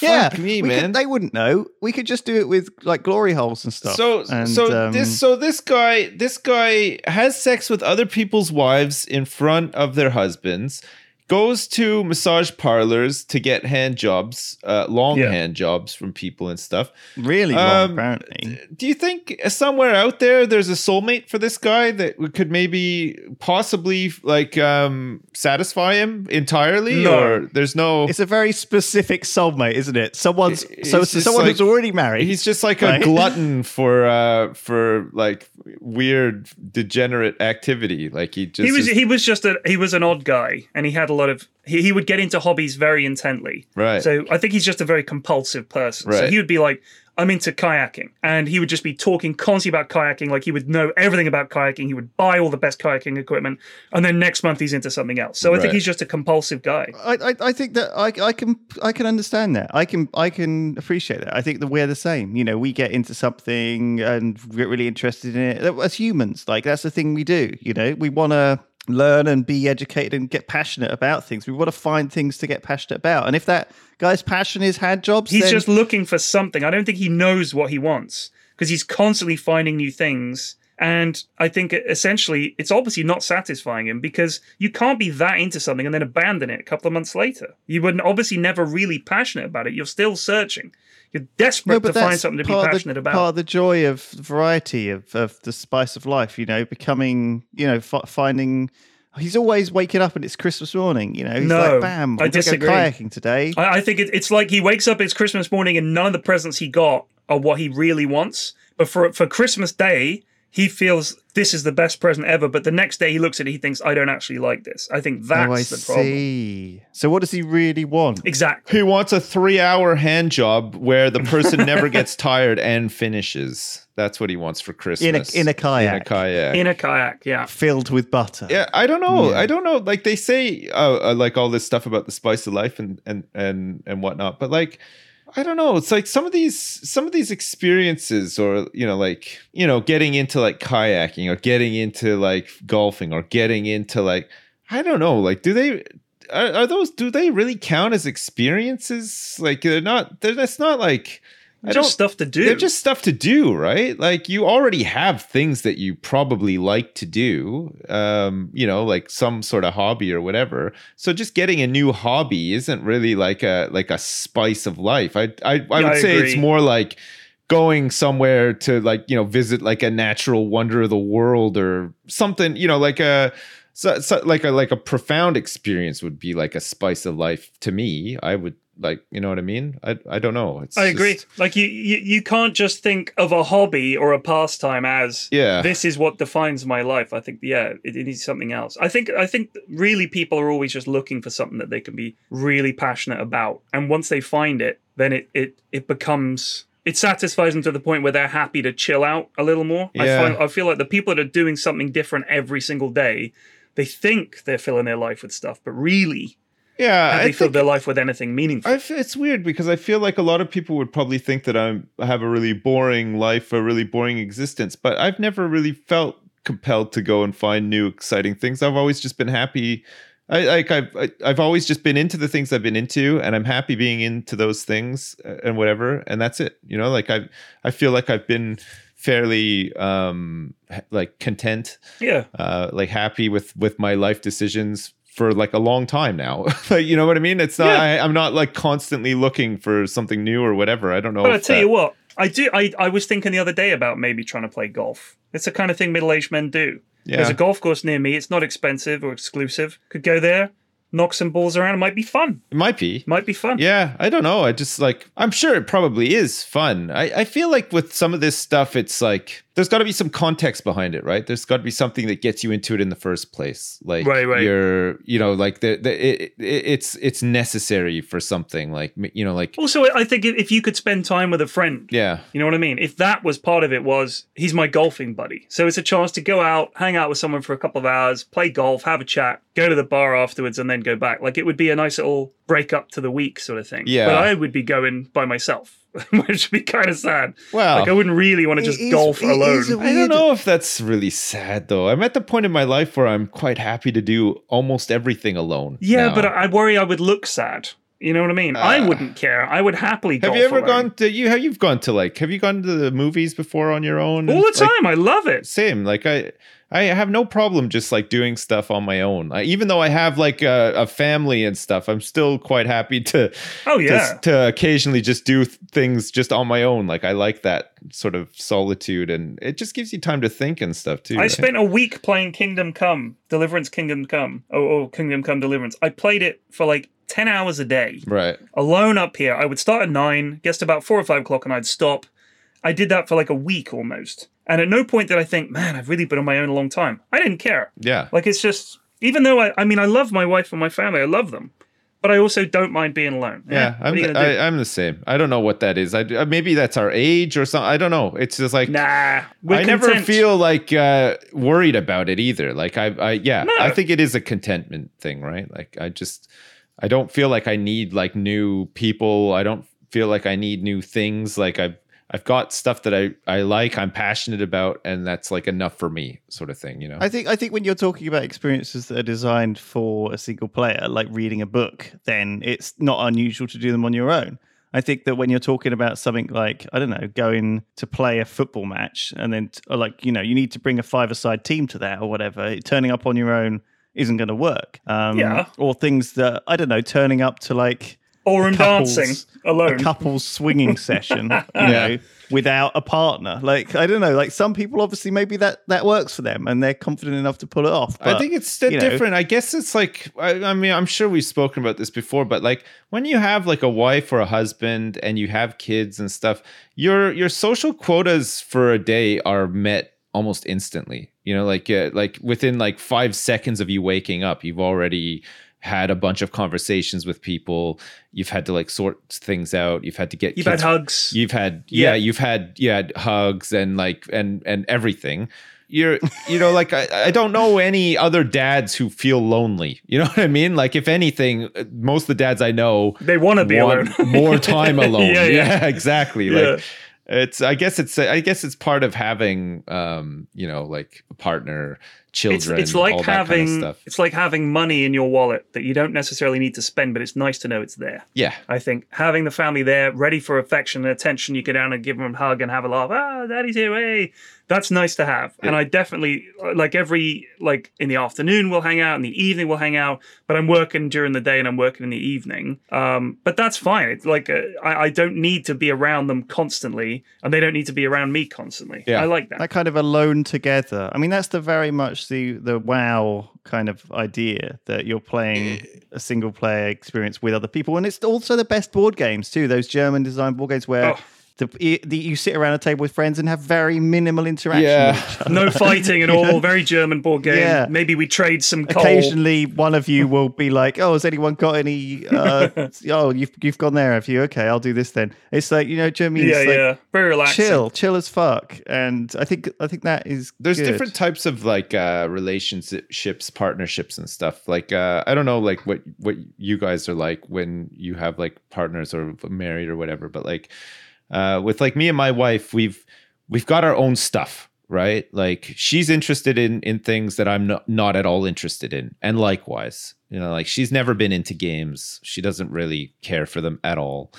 [SPEAKER 1] Yeah.
[SPEAKER 2] me,
[SPEAKER 1] we could-
[SPEAKER 2] man.
[SPEAKER 1] they wouldn't know. We could just do it with like glory holes and stuff.
[SPEAKER 2] So
[SPEAKER 1] And,
[SPEAKER 2] so
[SPEAKER 1] um,
[SPEAKER 2] this so this guy this guy has sex with other people's wives in front of their husbands. Goes to massage parlors to get hand jobs, uh, long
[SPEAKER 3] Yeah.
[SPEAKER 2] hand jobs from people and stuff.
[SPEAKER 1] really long,
[SPEAKER 2] um,
[SPEAKER 1] apparently.
[SPEAKER 2] Do you think somewhere out there there's a soulmate for this guy that we could maybe possibly like um satisfy him entirely
[SPEAKER 3] No.
[SPEAKER 2] or there's no
[SPEAKER 1] It's a very specific soulmate, isn't it? Someone's
[SPEAKER 2] It's
[SPEAKER 1] so
[SPEAKER 2] just
[SPEAKER 1] someone
[SPEAKER 2] like-
[SPEAKER 1] who's already married.
[SPEAKER 2] he's just like a
[SPEAKER 1] Right.
[SPEAKER 2] glutton for uh for like weird degenerate activity like he just
[SPEAKER 3] he was
[SPEAKER 2] is-
[SPEAKER 3] he was just a he was an odd guy and he had a lot of he, he would get into hobbies very intently
[SPEAKER 2] Right.
[SPEAKER 3] so i think he's just a very compulsive person so
[SPEAKER 2] Right.
[SPEAKER 3] he would be like i'm into kayaking and he would just be talking constantly about kayaking like he would know everything about kayaking he would buy all the best kayaking equipment and then next month he's into something else so i
[SPEAKER 2] Right.
[SPEAKER 3] think he's just a compulsive guy
[SPEAKER 1] I, I, I think that I, I can I can understand that I can I can appreciate that I think that we're the same you know we get into something and get really interested in it as humans like that's the thing we do you know we want to learn and be educated and get passionate about things we want to find things to get passionate about and if that guy's passion is hand jobs
[SPEAKER 3] he's
[SPEAKER 1] then-
[SPEAKER 3] just looking for something i don't think he knows what he wants because he's constantly finding new things And I think e, essentially it's obviously not satisfying him because you can't be that into something and then abandon it a couple of months later. You were obviously never really passionate about it. You're still searching. You're desperate to find something to be
[SPEAKER 1] part of the-
[SPEAKER 3] passionate about.
[SPEAKER 1] Part of the joy of variety of, of the spice of life, you know, becoming, you know, f- finding. He's always waking up and it's Christmas morning, you know. He's
[SPEAKER 3] No,
[SPEAKER 1] like, bam,
[SPEAKER 3] I
[SPEAKER 1] we're gonna
[SPEAKER 3] disagree.
[SPEAKER 1] Go kayaking today.
[SPEAKER 3] I, I think it, it's like he wakes up, it's Christmas morning, and none of the presents he got are what he really wants. But for for Christmas Day, he feels this is the best present ever. But the next day, he looks at it, he thinks, I don't actually like this. I think that's
[SPEAKER 1] oh, I
[SPEAKER 3] the problem.
[SPEAKER 1] see. So, what does he really want?
[SPEAKER 3] Exactly.
[SPEAKER 2] He wants a three hour hand job where the person never gets tired and finishes. That's what he wants for Christmas.
[SPEAKER 1] in a
[SPEAKER 2] In a
[SPEAKER 1] kayak.
[SPEAKER 2] kayak.
[SPEAKER 3] In a kayak, yeah.
[SPEAKER 1] Filled with butter.
[SPEAKER 2] yeah, I don't know.
[SPEAKER 1] Yeah.
[SPEAKER 2] I don't know. Like they say, uh, uh, like all this stuff about the spice of life and and and and whatnot. But like, I don't know. It's like some of these some of these experiences, or you know, like you know, getting into like kayaking, or getting into like golfing, or getting into like I don't know. Like, do they? Are, are those? Do they really count as experiences? Like they're not. They're, that's not like. I don't,
[SPEAKER 3] Just stuff to do.
[SPEAKER 2] they're just stuff to do, right? Like you already have things that you probably like to do, um, you know, like some sort of hobby or whatever. So just getting a new hobby isn't really like a like a spice of life. I I, I would
[SPEAKER 3] Yeah, I
[SPEAKER 2] say it's
[SPEAKER 3] agree.
[SPEAKER 2] more like going somewhere to like you know visit like a natural wonder of the world or something, you know, like a. So, so like a like a profound experience would be like a spice of life to me. I would like, you know what I mean? I I don't know. It's
[SPEAKER 3] I agree.
[SPEAKER 2] just-
[SPEAKER 3] Like you, you, you can't just think of a hobby or a pastime as
[SPEAKER 2] Yeah.
[SPEAKER 3] this is what defines my life. I think yeah, it, it needs something else. I think I think really people are always just looking for something that they can be really passionate about, and once they find it, then it it it becomes. It satisfies them to the point where they're happy to chill out a little more.
[SPEAKER 2] Yeah.
[SPEAKER 3] I, find, I feel like the people that are doing something different every single day, they think they're filling their life with stuff, but really,
[SPEAKER 2] Yeah,
[SPEAKER 3] have
[SPEAKER 2] I
[SPEAKER 3] they filled
[SPEAKER 2] think
[SPEAKER 3] their life with anything meaningful?
[SPEAKER 2] I f- it's weird because I feel like a lot of people would probably think that I'm I have a really boring life, a really boring existence, but I've never really felt compelled to go and find new exciting things. I've always just been happy. I like I've I- I've always just been into the things I've been into, and I'm happy being into those things uh, and whatever, and that's it. You know, like I I feel like I've been fairly um h- like content
[SPEAKER 3] yeah.
[SPEAKER 2] uh, like happy with with my life decisions for like a long time now. like you know what I mean? It's not. I, I'm not like constantly looking for something new or whatever. I don't know.
[SPEAKER 3] But I
[SPEAKER 2] if
[SPEAKER 3] tell
[SPEAKER 2] that-
[SPEAKER 3] you what, I do. I, I was thinking the other day about maybe trying to play golf. It's the kind of thing middle aged men do. There's
[SPEAKER 2] Yeah.
[SPEAKER 3] a golf course near me. It's not expensive or exclusive. Could go there, knock some balls around. It might be fun.
[SPEAKER 2] it might be.
[SPEAKER 3] Might be fun.
[SPEAKER 2] Yeah, I don't know. I just like I'm sure it probably is fun. I, I feel like with some of this stuff, it's like there's got to be some context behind it, right? There's got to be something that gets you into it in the first place. Like
[SPEAKER 3] Right, right.
[SPEAKER 2] you're, you know, like the, the it, it, it's it's necessary for something. Like you know, like
[SPEAKER 3] Also, I I think if if you could spend time with a friend,
[SPEAKER 2] yeah,
[SPEAKER 3] you know what I mean. If that was part of it, was he's my golfing buddy, so it's a chance to go out, hang out with someone for a couple of hours, play golf, have a chat, go to the bar afterwards, and then go back. Like it would be a nice little break up to the week sort of thing.
[SPEAKER 2] Yeah.
[SPEAKER 3] But I would be going by myself, which would be kind of sad.
[SPEAKER 2] Well-
[SPEAKER 3] like I wouldn't really want to just golf alone.
[SPEAKER 2] I don't know if that's really sad though. I'm at the point in my life where I'm quite happy to do almost everything alone.
[SPEAKER 3] Yeah,
[SPEAKER 2] now.
[SPEAKER 3] but I I worry I would look sad. You know what I mean? I wouldn't care. I would happily.
[SPEAKER 2] Uh, have
[SPEAKER 3] golf
[SPEAKER 2] you ever
[SPEAKER 3] alone.
[SPEAKER 2] gone to you? Have you've gone to like? Have you gone to the movies before on your own?
[SPEAKER 3] all
[SPEAKER 2] And,
[SPEAKER 3] the
[SPEAKER 2] like,
[SPEAKER 3] time? I love it.
[SPEAKER 2] same. Like I, I have no problem just like doing stuff on my own. I, even though I have like a, a family and stuff, I'm still quite happy to.
[SPEAKER 3] Oh
[SPEAKER 2] to-
[SPEAKER 3] yeah.
[SPEAKER 2] to, occasionally just do th- things just on my own. Like I like that sort of solitude, and it just gives you time to think and stuff too.
[SPEAKER 3] I
[SPEAKER 2] right?
[SPEAKER 3] spent a week playing Kingdom Come, Deliverance, Kingdom Come, oh, oh, Kingdom Come, Deliverance. I played it for like ten hours a day,
[SPEAKER 2] right.
[SPEAKER 3] alone up here. I would start at nine, guess about four or five o'clock, and I'd stop. I did that for like a week almost, and at no point did I think, man, I've really been on my own a long time. I didn't care.
[SPEAKER 2] Yeah.
[SPEAKER 3] Like it's just, even though I, I mean, I love my wife and my family, I love them, but I also don't mind being alone. Eh,
[SPEAKER 2] Yeah,
[SPEAKER 3] what
[SPEAKER 2] I'm
[SPEAKER 3] are you
[SPEAKER 2] the,
[SPEAKER 3] gonna do?
[SPEAKER 2] I, I'm the same. I don't know what that is. I uh, maybe that's our age or something. I don't know. It's just like
[SPEAKER 3] Nah, we're
[SPEAKER 2] I never
[SPEAKER 3] content.
[SPEAKER 2] feel like uh, worried about it either. Like I, I yeah,
[SPEAKER 3] No.
[SPEAKER 2] I think it is a contentment thing, right? Like I just I don't feel like I need like new people. I don't feel like I need new things. Like I've I've got stuff that I I like. I'm passionate about, and that's like enough for me, sort of thing. You know.
[SPEAKER 1] I think I think when you're talking about experiences that are designed for a single player, like reading a book, then it's not unusual to do them on your own. I think that when you're talking about something like, I don't know, going to play a football match and then, t- or like, you know, you need to bring a five a side team to that or whatever, turning up on your own isn't going to work. Um,
[SPEAKER 3] Yeah.
[SPEAKER 1] Or things that, I don't know, turning up to like
[SPEAKER 3] Or in
[SPEAKER 1] couples-
[SPEAKER 3] dancing alone.
[SPEAKER 1] a couples swinging session, you know, without a partner. Like, I don't know, like some people obviously maybe that, that works for them and they're confident enough to pull it off.
[SPEAKER 2] I
[SPEAKER 1] but,
[SPEAKER 2] think it's still
[SPEAKER 1] you know,
[SPEAKER 2] different. I guess it's like I, I mean I'm sure we've spoken about this before, but like when you have like a wife or a husband and you have kids and stuff, your your social quotas for a day are met almost instantly. You know, like uh, like within like five seconds of you waking up, you've already had a bunch of conversations with people. You've had to like sort things out. You've had to get
[SPEAKER 3] You've had
[SPEAKER 2] kids
[SPEAKER 3] hugs.
[SPEAKER 2] you've had
[SPEAKER 3] Yeah.
[SPEAKER 2] yeah, you've had you had hugs and like and and everything you're you know like I, I don't know any other dads who feel lonely you know what i mean like if anything uh, most of the dads i know
[SPEAKER 3] They wanna be
[SPEAKER 2] want
[SPEAKER 3] alone.
[SPEAKER 2] more time alone
[SPEAKER 3] Yeah,
[SPEAKER 2] yeah,
[SPEAKER 3] yeah.
[SPEAKER 2] exactly
[SPEAKER 3] Yeah.
[SPEAKER 2] like it's i guess it's i guess it's part of having um you know like a partner
[SPEAKER 3] It's,
[SPEAKER 2] children
[SPEAKER 3] it's like
[SPEAKER 2] all that
[SPEAKER 3] having
[SPEAKER 2] kind of stuff
[SPEAKER 3] it's like having money in your wallet that you don't necessarily need to spend, but it's nice to know it's there.
[SPEAKER 2] yeah
[SPEAKER 3] I think having the family there, ready for affection and attention, you go down and give them a hug and have a laugh. Ah, daddy's here, hey. That's nice to have. And I definitely like every like in the afternoon we'll hang out, in the evening we'll hang out. But I'm working during the day and I'm working in the evening. Um, but that's fine. It's like uh, I, I don't need to be around them constantly, and they don't need to be around me constantly.
[SPEAKER 2] Yeah.
[SPEAKER 3] I like that.
[SPEAKER 1] that kind of alone together. I mean, that's the very much the the WoW kind of idea that you're playing a single player experience with other people, and it's also the best board games too. Those German designed board games where.
[SPEAKER 3] Oh.
[SPEAKER 1] The, e, the, you sit around a table with friends and have very minimal interaction.
[SPEAKER 2] Yeah.
[SPEAKER 1] with each other.
[SPEAKER 3] No fighting at all. Very German board game.
[SPEAKER 1] Yeah.
[SPEAKER 3] Maybe we trade some coal.
[SPEAKER 1] Occasionally, one of you will be like, "Oh, has anyone got any? Uh, oh, you've you've gone there, have you? Okay, I'll do this then." It's like you know, do you know what I mean?
[SPEAKER 3] Yeah,
[SPEAKER 1] It's like,
[SPEAKER 3] yeah. Very relaxing.
[SPEAKER 1] Chill, chill as fuck. And I think I think that is
[SPEAKER 2] there's
[SPEAKER 1] good.
[SPEAKER 2] different types of like uh relationships partnerships and stuff like uh i don't know like what what you guys are like when you have like partners or married or whatever but like uh with like me and my wife we've we've got our own stuff right like she's interested in in things that i'm not, not at all interested in and likewise you know like she's never been into games she doesn't really care for them at all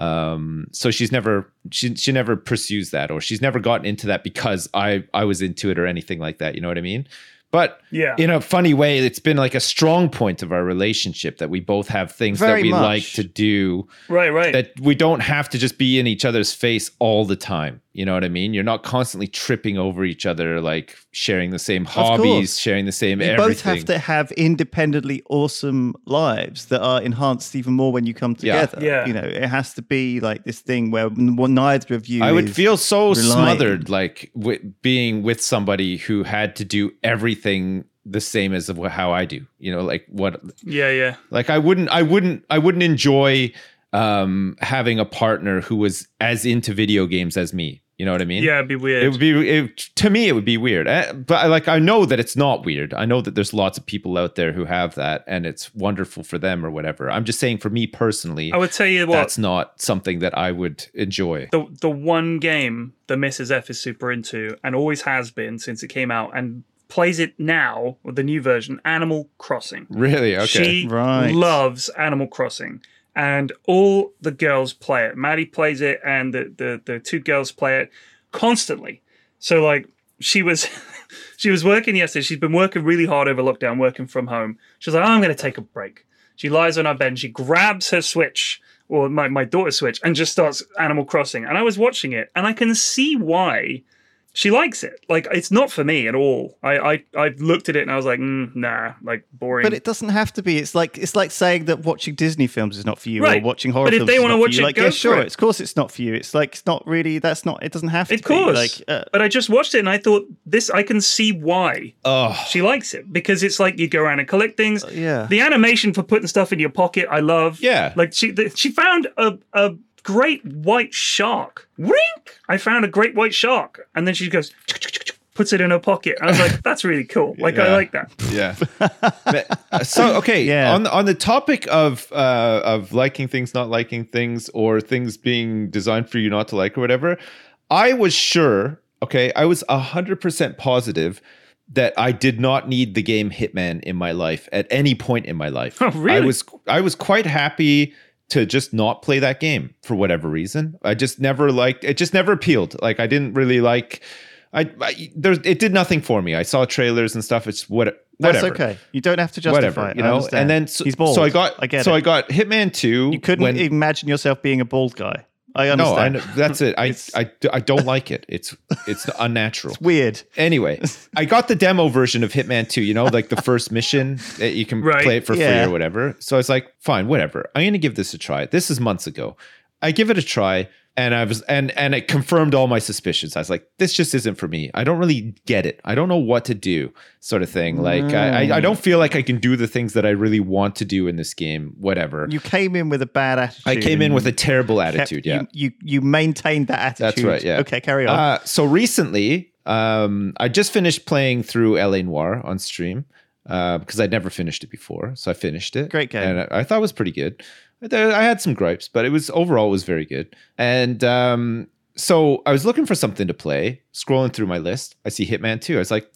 [SPEAKER 2] um so she's never she she never pursues that or she's never gotten into that because i i was into it or anything like that you know what i mean but
[SPEAKER 3] Yeah.
[SPEAKER 2] in a funny way it's been like a strong point of our relationship that we both have things
[SPEAKER 1] Very
[SPEAKER 2] that we
[SPEAKER 1] much.
[SPEAKER 2] like to do
[SPEAKER 3] Right, right.
[SPEAKER 2] that we don't have to just be in each other's face all the time. You know what I mean? You're not constantly tripping over each other, like sharing the same
[SPEAKER 1] course.
[SPEAKER 2] hobbies, sharing the same
[SPEAKER 1] you
[SPEAKER 2] everything.
[SPEAKER 1] both have to have independently awesome lives that are enhanced even more when you come
[SPEAKER 2] Yeah.
[SPEAKER 1] together.
[SPEAKER 3] Yeah.
[SPEAKER 1] You know, it has to be like this thing where n- one- neither of you.
[SPEAKER 2] I would
[SPEAKER 1] is-
[SPEAKER 2] feel so
[SPEAKER 1] relying.
[SPEAKER 2] smothered, like wi being with somebody who had to do everything the same as wh- how I do. You know, like what
[SPEAKER 3] yeah, yeah.
[SPEAKER 2] like i wouldn't i wouldn't i wouldn't enjoy um having a partner who was as into video games as me you know what i mean
[SPEAKER 3] Yeah, it'd be weird.
[SPEAKER 2] it would be it, to me it would be weird Eh, but I, like i know that it's not weird i know that there's lots of people out there who have that and it's wonderful for them or whatever i'm just saying for me personally
[SPEAKER 3] I would tell you what
[SPEAKER 2] that's not something that i would enjoy
[SPEAKER 3] the the one game that Mrs. F is super into and always has been since it came out and plays it now with the new version, Animal Crossing.
[SPEAKER 2] really okay
[SPEAKER 3] She
[SPEAKER 1] Right.
[SPEAKER 3] loves Animal Crossing. And all the girls play it. Maddie plays it and the, the, the two girls play it constantly. So like she was she was working yesterday. She's been working really hard over lockdown, working from home. She's like, "Oh, I'm gonna take a break. She lies on our bed and she grabs her switch or my, my daughter's switch and just starts Animal Crossing. And I was watching it and I can see why she likes it. Like it's not for me at all. I I, I looked at it and I was like, mm, nah, like boring.
[SPEAKER 1] But it doesn't have to be. It's like it's like saying that watching Disney films is not for you,
[SPEAKER 3] Right.
[SPEAKER 1] or watching horror
[SPEAKER 3] But if
[SPEAKER 1] films.
[SPEAKER 3] they
[SPEAKER 1] is
[SPEAKER 3] wanna
[SPEAKER 1] not for
[SPEAKER 3] watch
[SPEAKER 1] you.
[SPEAKER 3] it,
[SPEAKER 1] like
[SPEAKER 3] go
[SPEAKER 1] yeah,
[SPEAKER 3] for
[SPEAKER 1] sure,
[SPEAKER 3] it.
[SPEAKER 1] it's of course it's not for you. It's like it's not really. That's not. It doesn't have to.
[SPEAKER 3] Of course.
[SPEAKER 1] Be. Like, uh,
[SPEAKER 3] but I just watched it and I thought this I can see why
[SPEAKER 2] oh Uh,
[SPEAKER 3] she likes it because it's like you go around and collect things.
[SPEAKER 1] yeah.
[SPEAKER 3] The animation for putting stuff in your pocket, I love.
[SPEAKER 2] Yeah.
[SPEAKER 3] Like she the, she found a a great white shark. Wink! I found a great white shark. And then she goes puts it in her pocket. I was like, that's really cool. Like I
[SPEAKER 2] Yeah.
[SPEAKER 3] like that.
[SPEAKER 2] yeah But, uh, so okay
[SPEAKER 1] Yeah.
[SPEAKER 2] on the, on the topic of uh of liking things not liking things or things being designed for you not to like or whatever i was sure okay i was 100% positive that i did not need the game hitman in my life at any point in my life
[SPEAKER 3] Oh, really?
[SPEAKER 2] i was i was quite happy to just not play that game for whatever reason. I just never liked it. Just never appealed. Like I didn't really like. I, I there it did nothing for me. I saw trailers and stuff. It's what
[SPEAKER 1] That's
[SPEAKER 2] whatever.
[SPEAKER 1] okay. You don't have to justify
[SPEAKER 2] Whatever,
[SPEAKER 1] it.
[SPEAKER 2] you
[SPEAKER 1] I
[SPEAKER 2] know,
[SPEAKER 1] understand.
[SPEAKER 2] and then so,
[SPEAKER 1] he's bald.
[SPEAKER 2] so I got
[SPEAKER 1] I get
[SPEAKER 2] so
[SPEAKER 1] it.
[SPEAKER 2] I got Hitman Two.
[SPEAKER 1] you couldn't
[SPEAKER 2] when-
[SPEAKER 1] imagine yourself being a bald guy. I
[SPEAKER 2] no, I,
[SPEAKER 1] understand.
[SPEAKER 2] kn- that's it. I,
[SPEAKER 1] It's-
[SPEAKER 2] I, I don't like it. It's it's unnatural.
[SPEAKER 1] it's weird.
[SPEAKER 2] Anyway, I got the demo version of Hitman 2, you know, like the first mission that you can
[SPEAKER 3] Right,
[SPEAKER 2] play it for
[SPEAKER 1] yeah.
[SPEAKER 2] free or whatever. So it's like, fine, whatever. I'm going to give this a try. This is months ago. I give it a try and I was and and it confirmed all my suspicions. I was like, this just isn't for me. I don't really get it. I don't know what to do, sort of thing. Like I I, I don't feel like I can do the things that I really want to do in this game, whatever.
[SPEAKER 1] You came in with a bad attitude.
[SPEAKER 2] I came in
[SPEAKER 1] and
[SPEAKER 2] with a
[SPEAKER 1] you
[SPEAKER 2] terrible
[SPEAKER 1] kept-
[SPEAKER 2] attitude, yeah.
[SPEAKER 1] You, you you maintained that attitude.
[SPEAKER 2] That's right. Yeah.
[SPEAKER 1] Okay, carry on.
[SPEAKER 2] Uh, so recently, um, I just finished playing through LA Noir on stream uh, because I'd never finished it before. So I finished it.
[SPEAKER 1] Great game.
[SPEAKER 2] And I, I thought it was pretty good. There- I had some gripes, but it was overall it was very good. And um, so I was looking for something to play. Scrolling through my list, I see Hitman Two. I was like,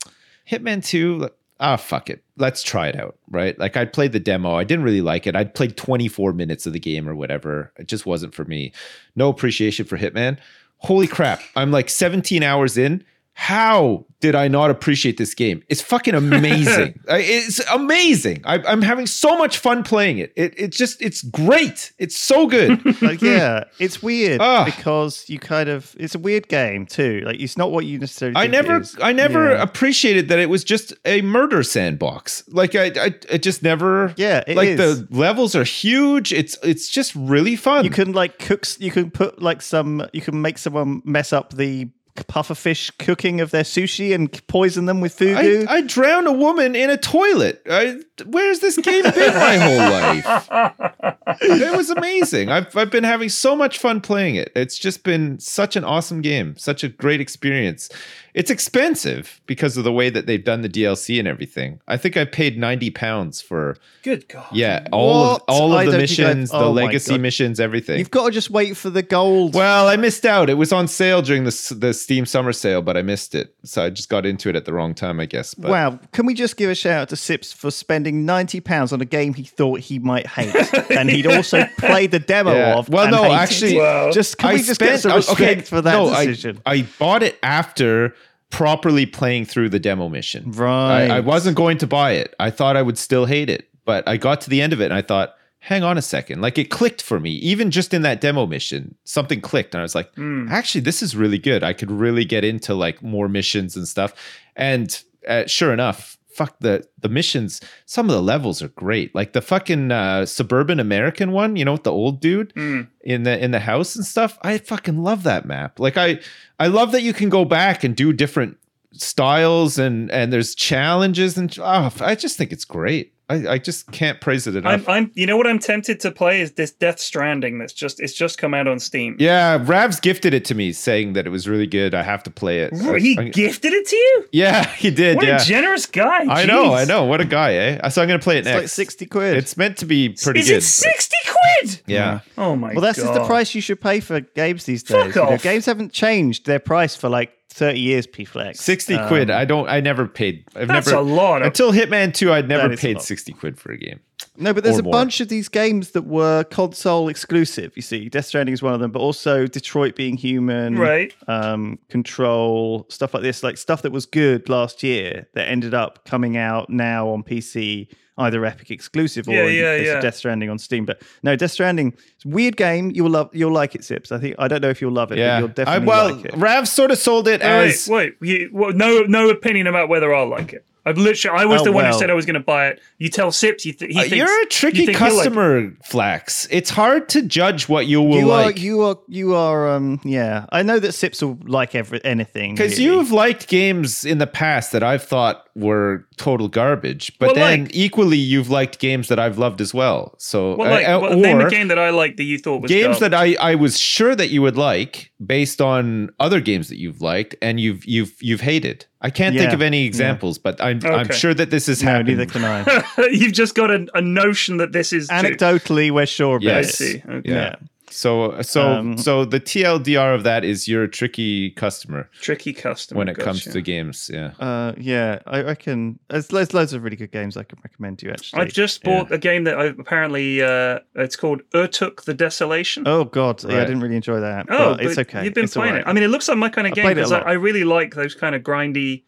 [SPEAKER 2] Hitman Two. like, Ah, fuck it. Let's try it out, right? Like I'd played the demo. I didn't really like it. I'd played 24 minutes of the game or whatever. It just wasn't for me. No appreciation for Hitman holy crap, I'm like 17 hours in. How did I not appreciate this game? It's fucking amazing. I- it's amazing. I, I'm having so much fun playing it. it. It's just, it's great. It's so good.
[SPEAKER 1] like, yeah, it's weird
[SPEAKER 2] Ah.
[SPEAKER 1] because you kind of it's a weird game too. Like it's not what you necessarily.
[SPEAKER 2] I
[SPEAKER 1] think
[SPEAKER 2] never,
[SPEAKER 1] it is.
[SPEAKER 2] I never
[SPEAKER 1] Yeah,
[SPEAKER 2] appreciated that it was just a murder sandbox. Like I, I, it just never.
[SPEAKER 1] Yeah, it
[SPEAKER 2] like
[SPEAKER 1] is.
[SPEAKER 2] the levels are huge. It's, it's just really fun.
[SPEAKER 1] you can like cook. s- You can put like some. You can make someone mess up the pufferfish cooking of their sushi and poison them with
[SPEAKER 2] I,
[SPEAKER 1] fugu.
[SPEAKER 2] I drown a woman in a toilet. I, where's this game been my whole life? It was amazing. I've, I've been having so much fun playing it. It's just been such an awesome game, such a great experience. It's expensive because of the way that they've done the DLC and everything. I think I paid ninety pounds for
[SPEAKER 3] Good God.
[SPEAKER 2] yeah all
[SPEAKER 1] What?
[SPEAKER 2] of all
[SPEAKER 1] I
[SPEAKER 2] of the
[SPEAKER 1] don't think I've-
[SPEAKER 2] missions, the
[SPEAKER 1] oh my
[SPEAKER 2] legacy
[SPEAKER 1] God.
[SPEAKER 2] missions, everything.
[SPEAKER 1] You've got to just wait for the gold.
[SPEAKER 2] Well, I missed out. It was on sale during the s- the Steam Summer Sale, but I missed it. So I just got into it at the wrong time, I guess. But
[SPEAKER 1] Wow, can we just give a shout out to Sips for spending ninety pounds on a game he thought he might hate, and he'd also played the demo
[SPEAKER 2] Yeah.
[SPEAKER 1] of.
[SPEAKER 2] Well,
[SPEAKER 1] and
[SPEAKER 2] no,
[SPEAKER 1] hated
[SPEAKER 2] actually-
[SPEAKER 1] it.
[SPEAKER 3] Wow.
[SPEAKER 1] just can we just get some
[SPEAKER 2] I-
[SPEAKER 1] respect for that
[SPEAKER 2] no, I-
[SPEAKER 1] decision?
[SPEAKER 2] I, bought it after properly playing through the demo mission.
[SPEAKER 1] Right.
[SPEAKER 2] I, I wasn't going to buy it. I thought I would still hate it, but I got to the end of it and I thought, hang on a second. Like it clicked for me, even just in that demo mission, something clicked. And I was like, actually, this is really good. I could really get into like more missions and stuff. And uh, sure enough, fuck the the missions. Some of the levels are great. Like the fucking uh, suburban American one, you know, with the old dude in the in the house and stuff. I fucking love that map. Like I I love that you can go back and do different styles and and there's challenges and oh, I just think it's great. I, I just can't praise it
[SPEAKER 3] I'm,
[SPEAKER 2] enough.
[SPEAKER 3] I'm. You know what I'm tempted to play is this Death Stranding. That's just. It's just come out on Steam.
[SPEAKER 2] yeah, Rav's gifted it to me, saying that it was really good. I have to play it.
[SPEAKER 3] Ooh, He
[SPEAKER 2] I- I-
[SPEAKER 3] gifted it to you.
[SPEAKER 2] yeah, he did.
[SPEAKER 3] What
[SPEAKER 2] yeah.
[SPEAKER 3] a generous guy.
[SPEAKER 2] I know, I
[SPEAKER 3] Jeez.
[SPEAKER 2] know. What a guy, eh? So I'm gonna play it
[SPEAKER 1] it's
[SPEAKER 2] next.
[SPEAKER 1] like sixty quid.
[SPEAKER 2] It's meant to be pretty
[SPEAKER 3] Is
[SPEAKER 2] good.
[SPEAKER 3] it sixty quid?
[SPEAKER 2] yeah.
[SPEAKER 3] Oh my.
[SPEAKER 1] well, that's
[SPEAKER 3] God.
[SPEAKER 1] just the price you should pay for games these
[SPEAKER 3] Fuck
[SPEAKER 1] days. You know,
[SPEAKER 3] off.
[SPEAKER 1] games haven't changed their price for like thirty years. P Flex
[SPEAKER 2] 60 quid. I don't I never paid. I've
[SPEAKER 3] That's
[SPEAKER 2] never
[SPEAKER 3] a lot of-
[SPEAKER 2] Until Hitman 2, I'd
[SPEAKER 1] That
[SPEAKER 2] never
[SPEAKER 1] is a
[SPEAKER 2] paid
[SPEAKER 1] lot.
[SPEAKER 2] 60 quid for a game.
[SPEAKER 1] No, but there's
[SPEAKER 2] or
[SPEAKER 1] a
[SPEAKER 2] more.
[SPEAKER 1] bunch of these games that were console exclusive. You see, Death Stranding is one of them, but also Detroit Being Human,
[SPEAKER 3] Right.
[SPEAKER 1] Um, Control, stuff like this, like stuff that was good last year that ended up coming out now on PC, either Epic exclusive or
[SPEAKER 3] Yeah,
[SPEAKER 1] in the
[SPEAKER 3] yeah,
[SPEAKER 1] case of
[SPEAKER 3] yeah.
[SPEAKER 1] Death Stranding on Steam. But no, Death Stranding, it's a weird game. You'll love, you'll like it, Sips. I think I don't know if you'll love it, but
[SPEAKER 2] Yeah.
[SPEAKER 1] you'll definitely
[SPEAKER 2] I, well,
[SPEAKER 1] like it.
[SPEAKER 2] Rav sort of sold it
[SPEAKER 3] Wait,
[SPEAKER 2] as
[SPEAKER 3] wait, you, well, no, no opinion about whether I'll like it. I've literally, I was
[SPEAKER 1] Oh,
[SPEAKER 3] the one who
[SPEAKER 1] well.
[SPEAKER 3] said I was going to buy it. You tell Sips, you th- he
[SPEAKER 2] Uh,
[SPEAKER 3] thinks
[SPEAKER 2] You're a
[SPEAKER 3] you
[SPEAKER 2] tricky
[SPEAKER 3] think he'll like it.
[SPEAKER 2] customer, Flax. It's hard to judge what you will
[SPEAKER 1] you
[SPEAKER 2] like.
[SPEAKER 1] are, you are, you are. Um, yeah, I know that Sips will like every anything
[SPEAKER 2] because
[SPEAKER 1] really.
[SPEAKER 2] you've liked games in the past that I've thought were total garbage, but
[SPEAKER 3] Well,
[SPEAKER 2] then
[SPEAKER 3] like-
[SPEAKER 2] equally you've liked games that I've loved as well. So,
[SPEAKER 3] Well,
[SPEAKER 2] uh,
[SPEAKER 3] like,
[SPEAKER 2] uh,
[SPEAKER 3] well, name
[SPEAKER 2] or-
[SPEAKER 3] a game that I liked that you thought was
[SPEAKER 2] games
[SPEAKER 3] dull.
[SPEAKER 2] that I, I was sure that you would like based on other games that you've liked and you've you've you've hated. I can't think
[SPEAKER 1] Yeah.
[SPEAKER 2] of any examples, but I'm I'm
[SPEAKER 3] Okay.
[SPEAKER 2] sure that this is
[SPEAKER 1] no,
[SPEAKER 2] happening.
[SPEAKER 1] neither can I.
[SPEAKER 3] You've just got a, a notion that this is true.
[SPEAKER 1] Anecdotally, we're sure about
[SPEAKER 3] I
[SPEAKER 2] Yes.
[SPEAKER 1] it.
[SPEAKER 3] see. Okay.
[SPEAKER 2] Yeah. So so
[SPEAKER 1] Um,
[SPEAKER 2] so the TLDR of that is you're a tricky customer
[SPEAKER 3] Tricky customer
[SPEAKER 2] when it comes
[SPEAKER 3] gotcha.
[SPEAKER 2] to games. Yeah.
[SPEAKER 1] Uh, yeah, I reckon there's, there's loads of really good games I can recommend to you. Actually,
[SPEAKER 3] I've just bought a game that I apparently uh, it's called Urtuk the Desolation.
[SPEAKER 1] oh god, yeah, I
[SPEAKER 2] Right.
[SPEAKER 1] didn't really enjoy that.
[SPEAKER 3] Oh,
[SPEAKER 1] but it's
[SPEAKER 3] but
[SPEAKER 1] okay.
[SPEAKER 3] You've been
[SPEAKER 1] It's
[SPEAKER 3] playing
[SPEAKER 1] alright.
[SPEAKER 3] it. I mean, it looks like my kind of
[SPEAKER 1] I
[SPEAKER 3] game
[SPEAKER 1] played it a
[SPEAKER 3] because I,
[SPEAKER 1] lot.
[SPEAKER 3] I really like those kind of grindy,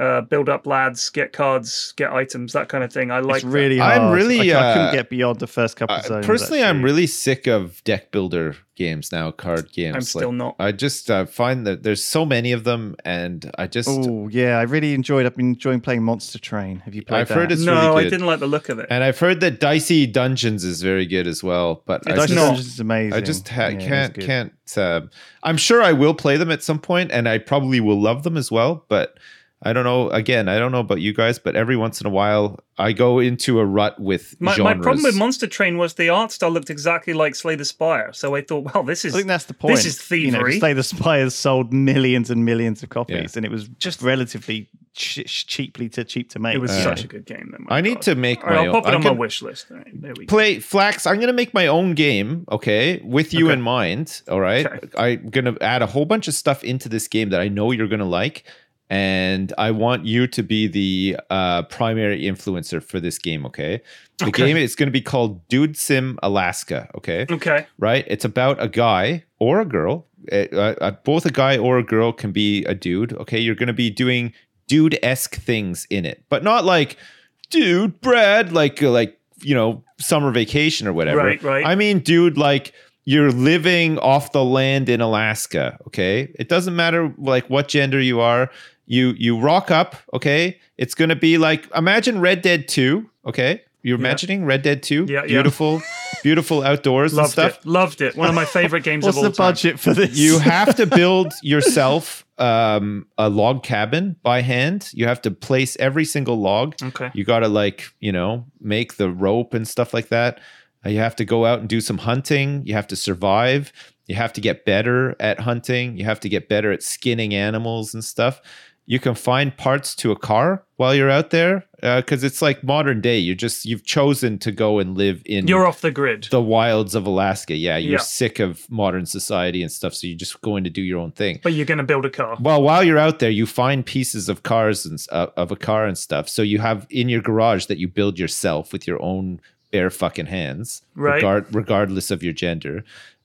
[SPEAKER 3] uh, build up lads, get cards, get items, that kind of thing. I like
[SPEAKER 1] it's
[SPEAKER 3] that.
[SPEAKER 1] really.
[SPEAKER 2] I'm
[SPEAKER 1] Hard.
[SPEAKER 2] really,
[SPEAKER 1] I, I
[SPEAKER 2] uh,
[SPEAKER 1] couldn't get beyond the first couple
[SPEAKER 2] I-
[SPEAKER 1] zones.
[SPEAKER 2] Uh, personally, I'm
[SPEAKER 1] actually.
[SPEAKER 2] really sick of deck builder games now, card games.
[SPEAKER 3] still not.
[SPEAKER 2] I just uh, find that there's so many of them, and I just
[SPEAKER 1] Oh yeah, I really enjoyed. I've been enjoying playing Monster Train. Have you played
[SPEAKER 2] I've
[SPEAKER 1] that?
[SPEAKER 2] heard it's
[SPEAKER 3] no,
[SPEAKER 2] really
[SPEAKER 3] I
[SPEAKER 2] good.
[SPEAKER 3] didn't like the look of it.
[SPEAKER 2] And I've heard that Dicey Dungeons is very good as well, but I
[SPEAKER 3] It's
[SPEAKER 2] just,
[SPEAKER 1] Dungeons
[SPEAKER 3] not.
[SPEAKER 1] Dungeons is amazing.
[SPEAKER 2] I just ha-
[SPEAKER 1] Yeah, it is
[SPEAKER 2] can't
[SPEAKER 1] good.
[SPEAKER 2] can't. um I'm sure I will play them at some point, and I probably will love them as well. But I don't know. Again, I don't know about you guys, but every once in a while, I go into a rut with
[SPEAKER 3] My, my
[SPEAKER 2] genres.
[SPEAKER 3] problem with Monster Train was the art style looked exactly like Slay the Spire, so I thought, well, this
[SPEAKER 1] I
[SPEAKER 3] is
[SPEAKER 1] think that's the point.
[SPEAKER 3] This is thievery.
[SPEAKER 1] You know, Slay the Spires sold millions and millions of copies,
[SPEAKER 2] Yeah.
[SPEAKER 1] and it was just relatively ch- ch- cheaply to cheap to make.
[SPEAKER 3] it was
[SPEAKER 1] so-
[SPEAKER 3] such a good game. Though, my
[SPEAKER 2] I need
[SPEAKER 3] God.
[SPEAKER 2] to make
[SPEAKER 3] All right,
[SPEAKER 2] my
[SPEAKER 3] I'll
[SPEAKER 2] own-
[SPEAKER 3] pop it
[SPEAKER 2] I
[SPEAKER 3] on my
[SPEAKER 2] can-
[SPEAKER 3] wish list. All right, there we go.
[SPEAKER 2] play flax i'm gonna make my own game okay with you in mind all right
[SPEAKER 3] Okay.
[SPEAKER 2] i'm gonna add a whole bunch of stuff into this game that i know you're gonna like and i want you to be the uh, primary influencer for this game okay the
[SPEAKER 3] Okay.
[SPEAKER 2] game is gonna be called dude sim alaska okay
[SPEAKER 3] Okay,
[SPEAKER 2] right? It's about a guy or a girl. Uh, uh, uh, both a guy or a girl can be a dude. Okay, you're going to be doing dude esque things in it, but not like dude Brad, like uh, like you know summer vacation or whatever.
[SPEAKER 3] Right, right.
[SPEAKER 2] I mean, dude, like you're living off the land in Alaska. Okay, it doesn't matter like what gender you are. You you rock up. Okay, it's going to be like imagine Red Dead Two. Okay. You're
[SPEAKER 3] Yeah.
[SPEAKER 2] imagining Red Dead 2?
[SPEAKER 3] Yeah, yeah.
[SPEAKER 2] Beautiful, beautiful outdoors
[SPEAKER 3] loved
[SPEAKER 2] and stuff
[SPEAKER 3] it. Loved it. One of my favorite games
[SPEAKER 1] What's
[SPEAKER 3] of all
[SPEAKER 1] the
[SPEAKER 3] time.
[SPEAKER 1] budget for this?
[SPEAKER 2] you have to build yourself um, a log cabin by hand. You have to place every single log.
[SPEAKER 3] Okay.
[SPEAKER 2] You got to like you know make the rope and stuff like that. Uh, You have to go out and do some hunting. You have to survive. You have to get better at hunting. You have to get better at skinning animals and stuff. You can find parts to a car while you're out there because it's like modern day. You just you've chosen to go and live in
[SPEAKER 3] You're off the grid.
[SPEAKER 2] the wilds of Alaska. Yeah, you're
[SPEAKER 3] Yeah.
[SPEAKER 2] sick of modern society and stuff, so you're just going to do your own thing.
[SPEAKER 3] But you're going to build a car.
[SPEAKER 2] Well, while you're out there, you find pieces of cars and s- uh, of a car and stuff. So you have in your garage that you build yourself with your own bare fucking hands,
[SPEAKER 3] Right.
[SPEAKER 2] regard- regardless of your gender.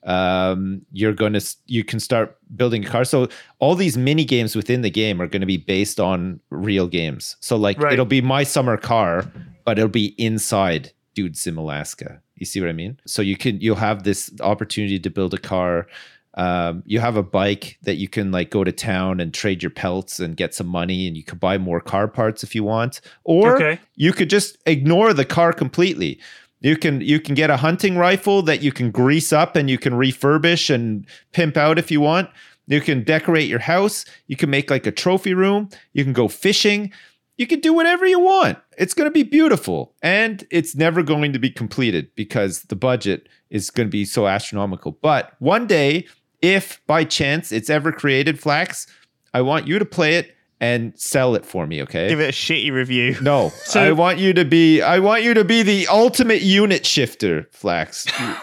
[SPEAKER 2] Um, you're gonna s- you can start building a car. So all these mini games within the game are going to be based on real games. So like
[SPEAKER 3] Right.
[SPEAKER 2] it'll be my summer car, but it'll be inside Dude Sim Alaska. You see what I mean? So you can you'll have this opportunity to build a car. Um, you have a bike that you can like go to town and trade your pelts and get some money, and you can buy more car parts if you want, or
[SPEAKER 3] Okay.
[SPEAKER 2] you could just ignore the car completely. You can you can get a hunting rifle that you can grease up and you can refurbish and pimp out if you want. You can decorate your house. You can make like a trophy room. You can go fishing. You can do whatever you want. It's going to be beautiful. And it's never going to be completed because the budget is going to be so astronomical. But one day, if by chance it's ever created, Flax, I want you to play it and sell it for me, okay?
[SPEAKER 1] give it a shitty review.
[SPEAKER 2] No,
[SPEAKER 3] So-
[SPEAKER 2] I want you to be. I want you to be the ultimate unit shifter, Flax. You-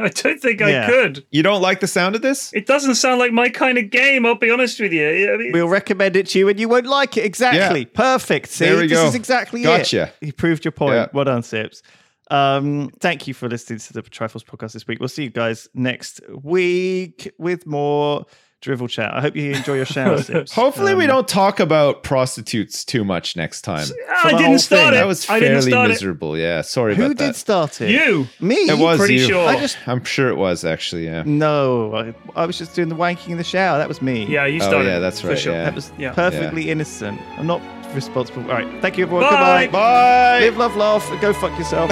[SPEAKER 3] I don't think I
[SPEAKER 1] Yeah.
[SPEAKER 3] could.
[SPEAKER 2] you don't like the sound of this?
[SPEAKER 3] It doesn't sound like my kind of game. I'll be honest with you. I mean,
[SPEAKER 1] We'll recommend it to you, and you won't like it. Exactly.
[SPEAKER 2] Yeah.
[SPEAKER 1] Perfect. See,
[SPEAKER 2] There we
[SPEAKER 1] this
[SPEAKER 2] go.
[SPEAKER 1] is exactly
[SPEAKER 2] Gotcha.
[SPEAKER 1] it. You proved your point.
[SPEAKER 2] Yeah.
[SPEAKER 1] Well done, Sips. Um, thank you for listening to the Trifles podcast this week. We'll see you guys next week with more drivel chat. I hope you enjoy your shower, Sips.
[SPEAKER 2] Hopefully, we
[SPEAKER 1] Um,
[SPEAKER 2] don't talk about prostitutes too much next time.
[SPEAKER 3] I
[SPEAKER 1] that
[SPEAKER 3] didn't
[SPEAKER 1] whole
[SPEAKER 3] start
[SPEAKER 1] thing,
[SPEAKER 3] it.
[SPEAKER 2] That was
[SPEAKER 3] I didn't
[SPEAKER 2] fairly
[SPEAKER 3] start
[SPEAKER 2] miserable. Yeah, sorry
[SPEAKER 1] Who
[SPEAKER 2] about
[SPEAKER 1] did
[SPEAKER 2] that.
[SPEAKER 1] start
[SPEAKER 3] it.
[SPEAKER 1] it?
[SPEAKER 3] You.
[SPEAKER 1] Me?
[SPEAKER 2] it was
[SPEAKER 3] pretty
[SPEAKER 2] you.
[SPEAKER 3] sure.
[SPEAKER 2] I just, I'm sure it was actually. Yeah.
[SPEAKER 1] No, I, I was just doing the wanking in the shower. That was me.
[SPEAKER 3] Yeah, you
[SPEAKER 2] Oh,
[SPEAKER 3] started.
[SPEAKER 2] yeah,
[SPEAKER 3] it,
[SPEAKER 2] that's
[SPEAKER 3] for
[SPEAKER 2] right,
[SPEAKER 3] Sure.
[SPEAKER 2] yeah.
[SPEAKER 1] That was
[SPEAKER 3] Yeah.
[SPEAKER 1] perfectly innocent. I'm not responsible. All right. Thank you, everyone.
[SPEAKER 3] Bye.
[SPEAKER 1] Goodbye.
[SPEAKER 2] Bye.
[SPEAKER 1] Live, love, laugh. Go fuck yourself.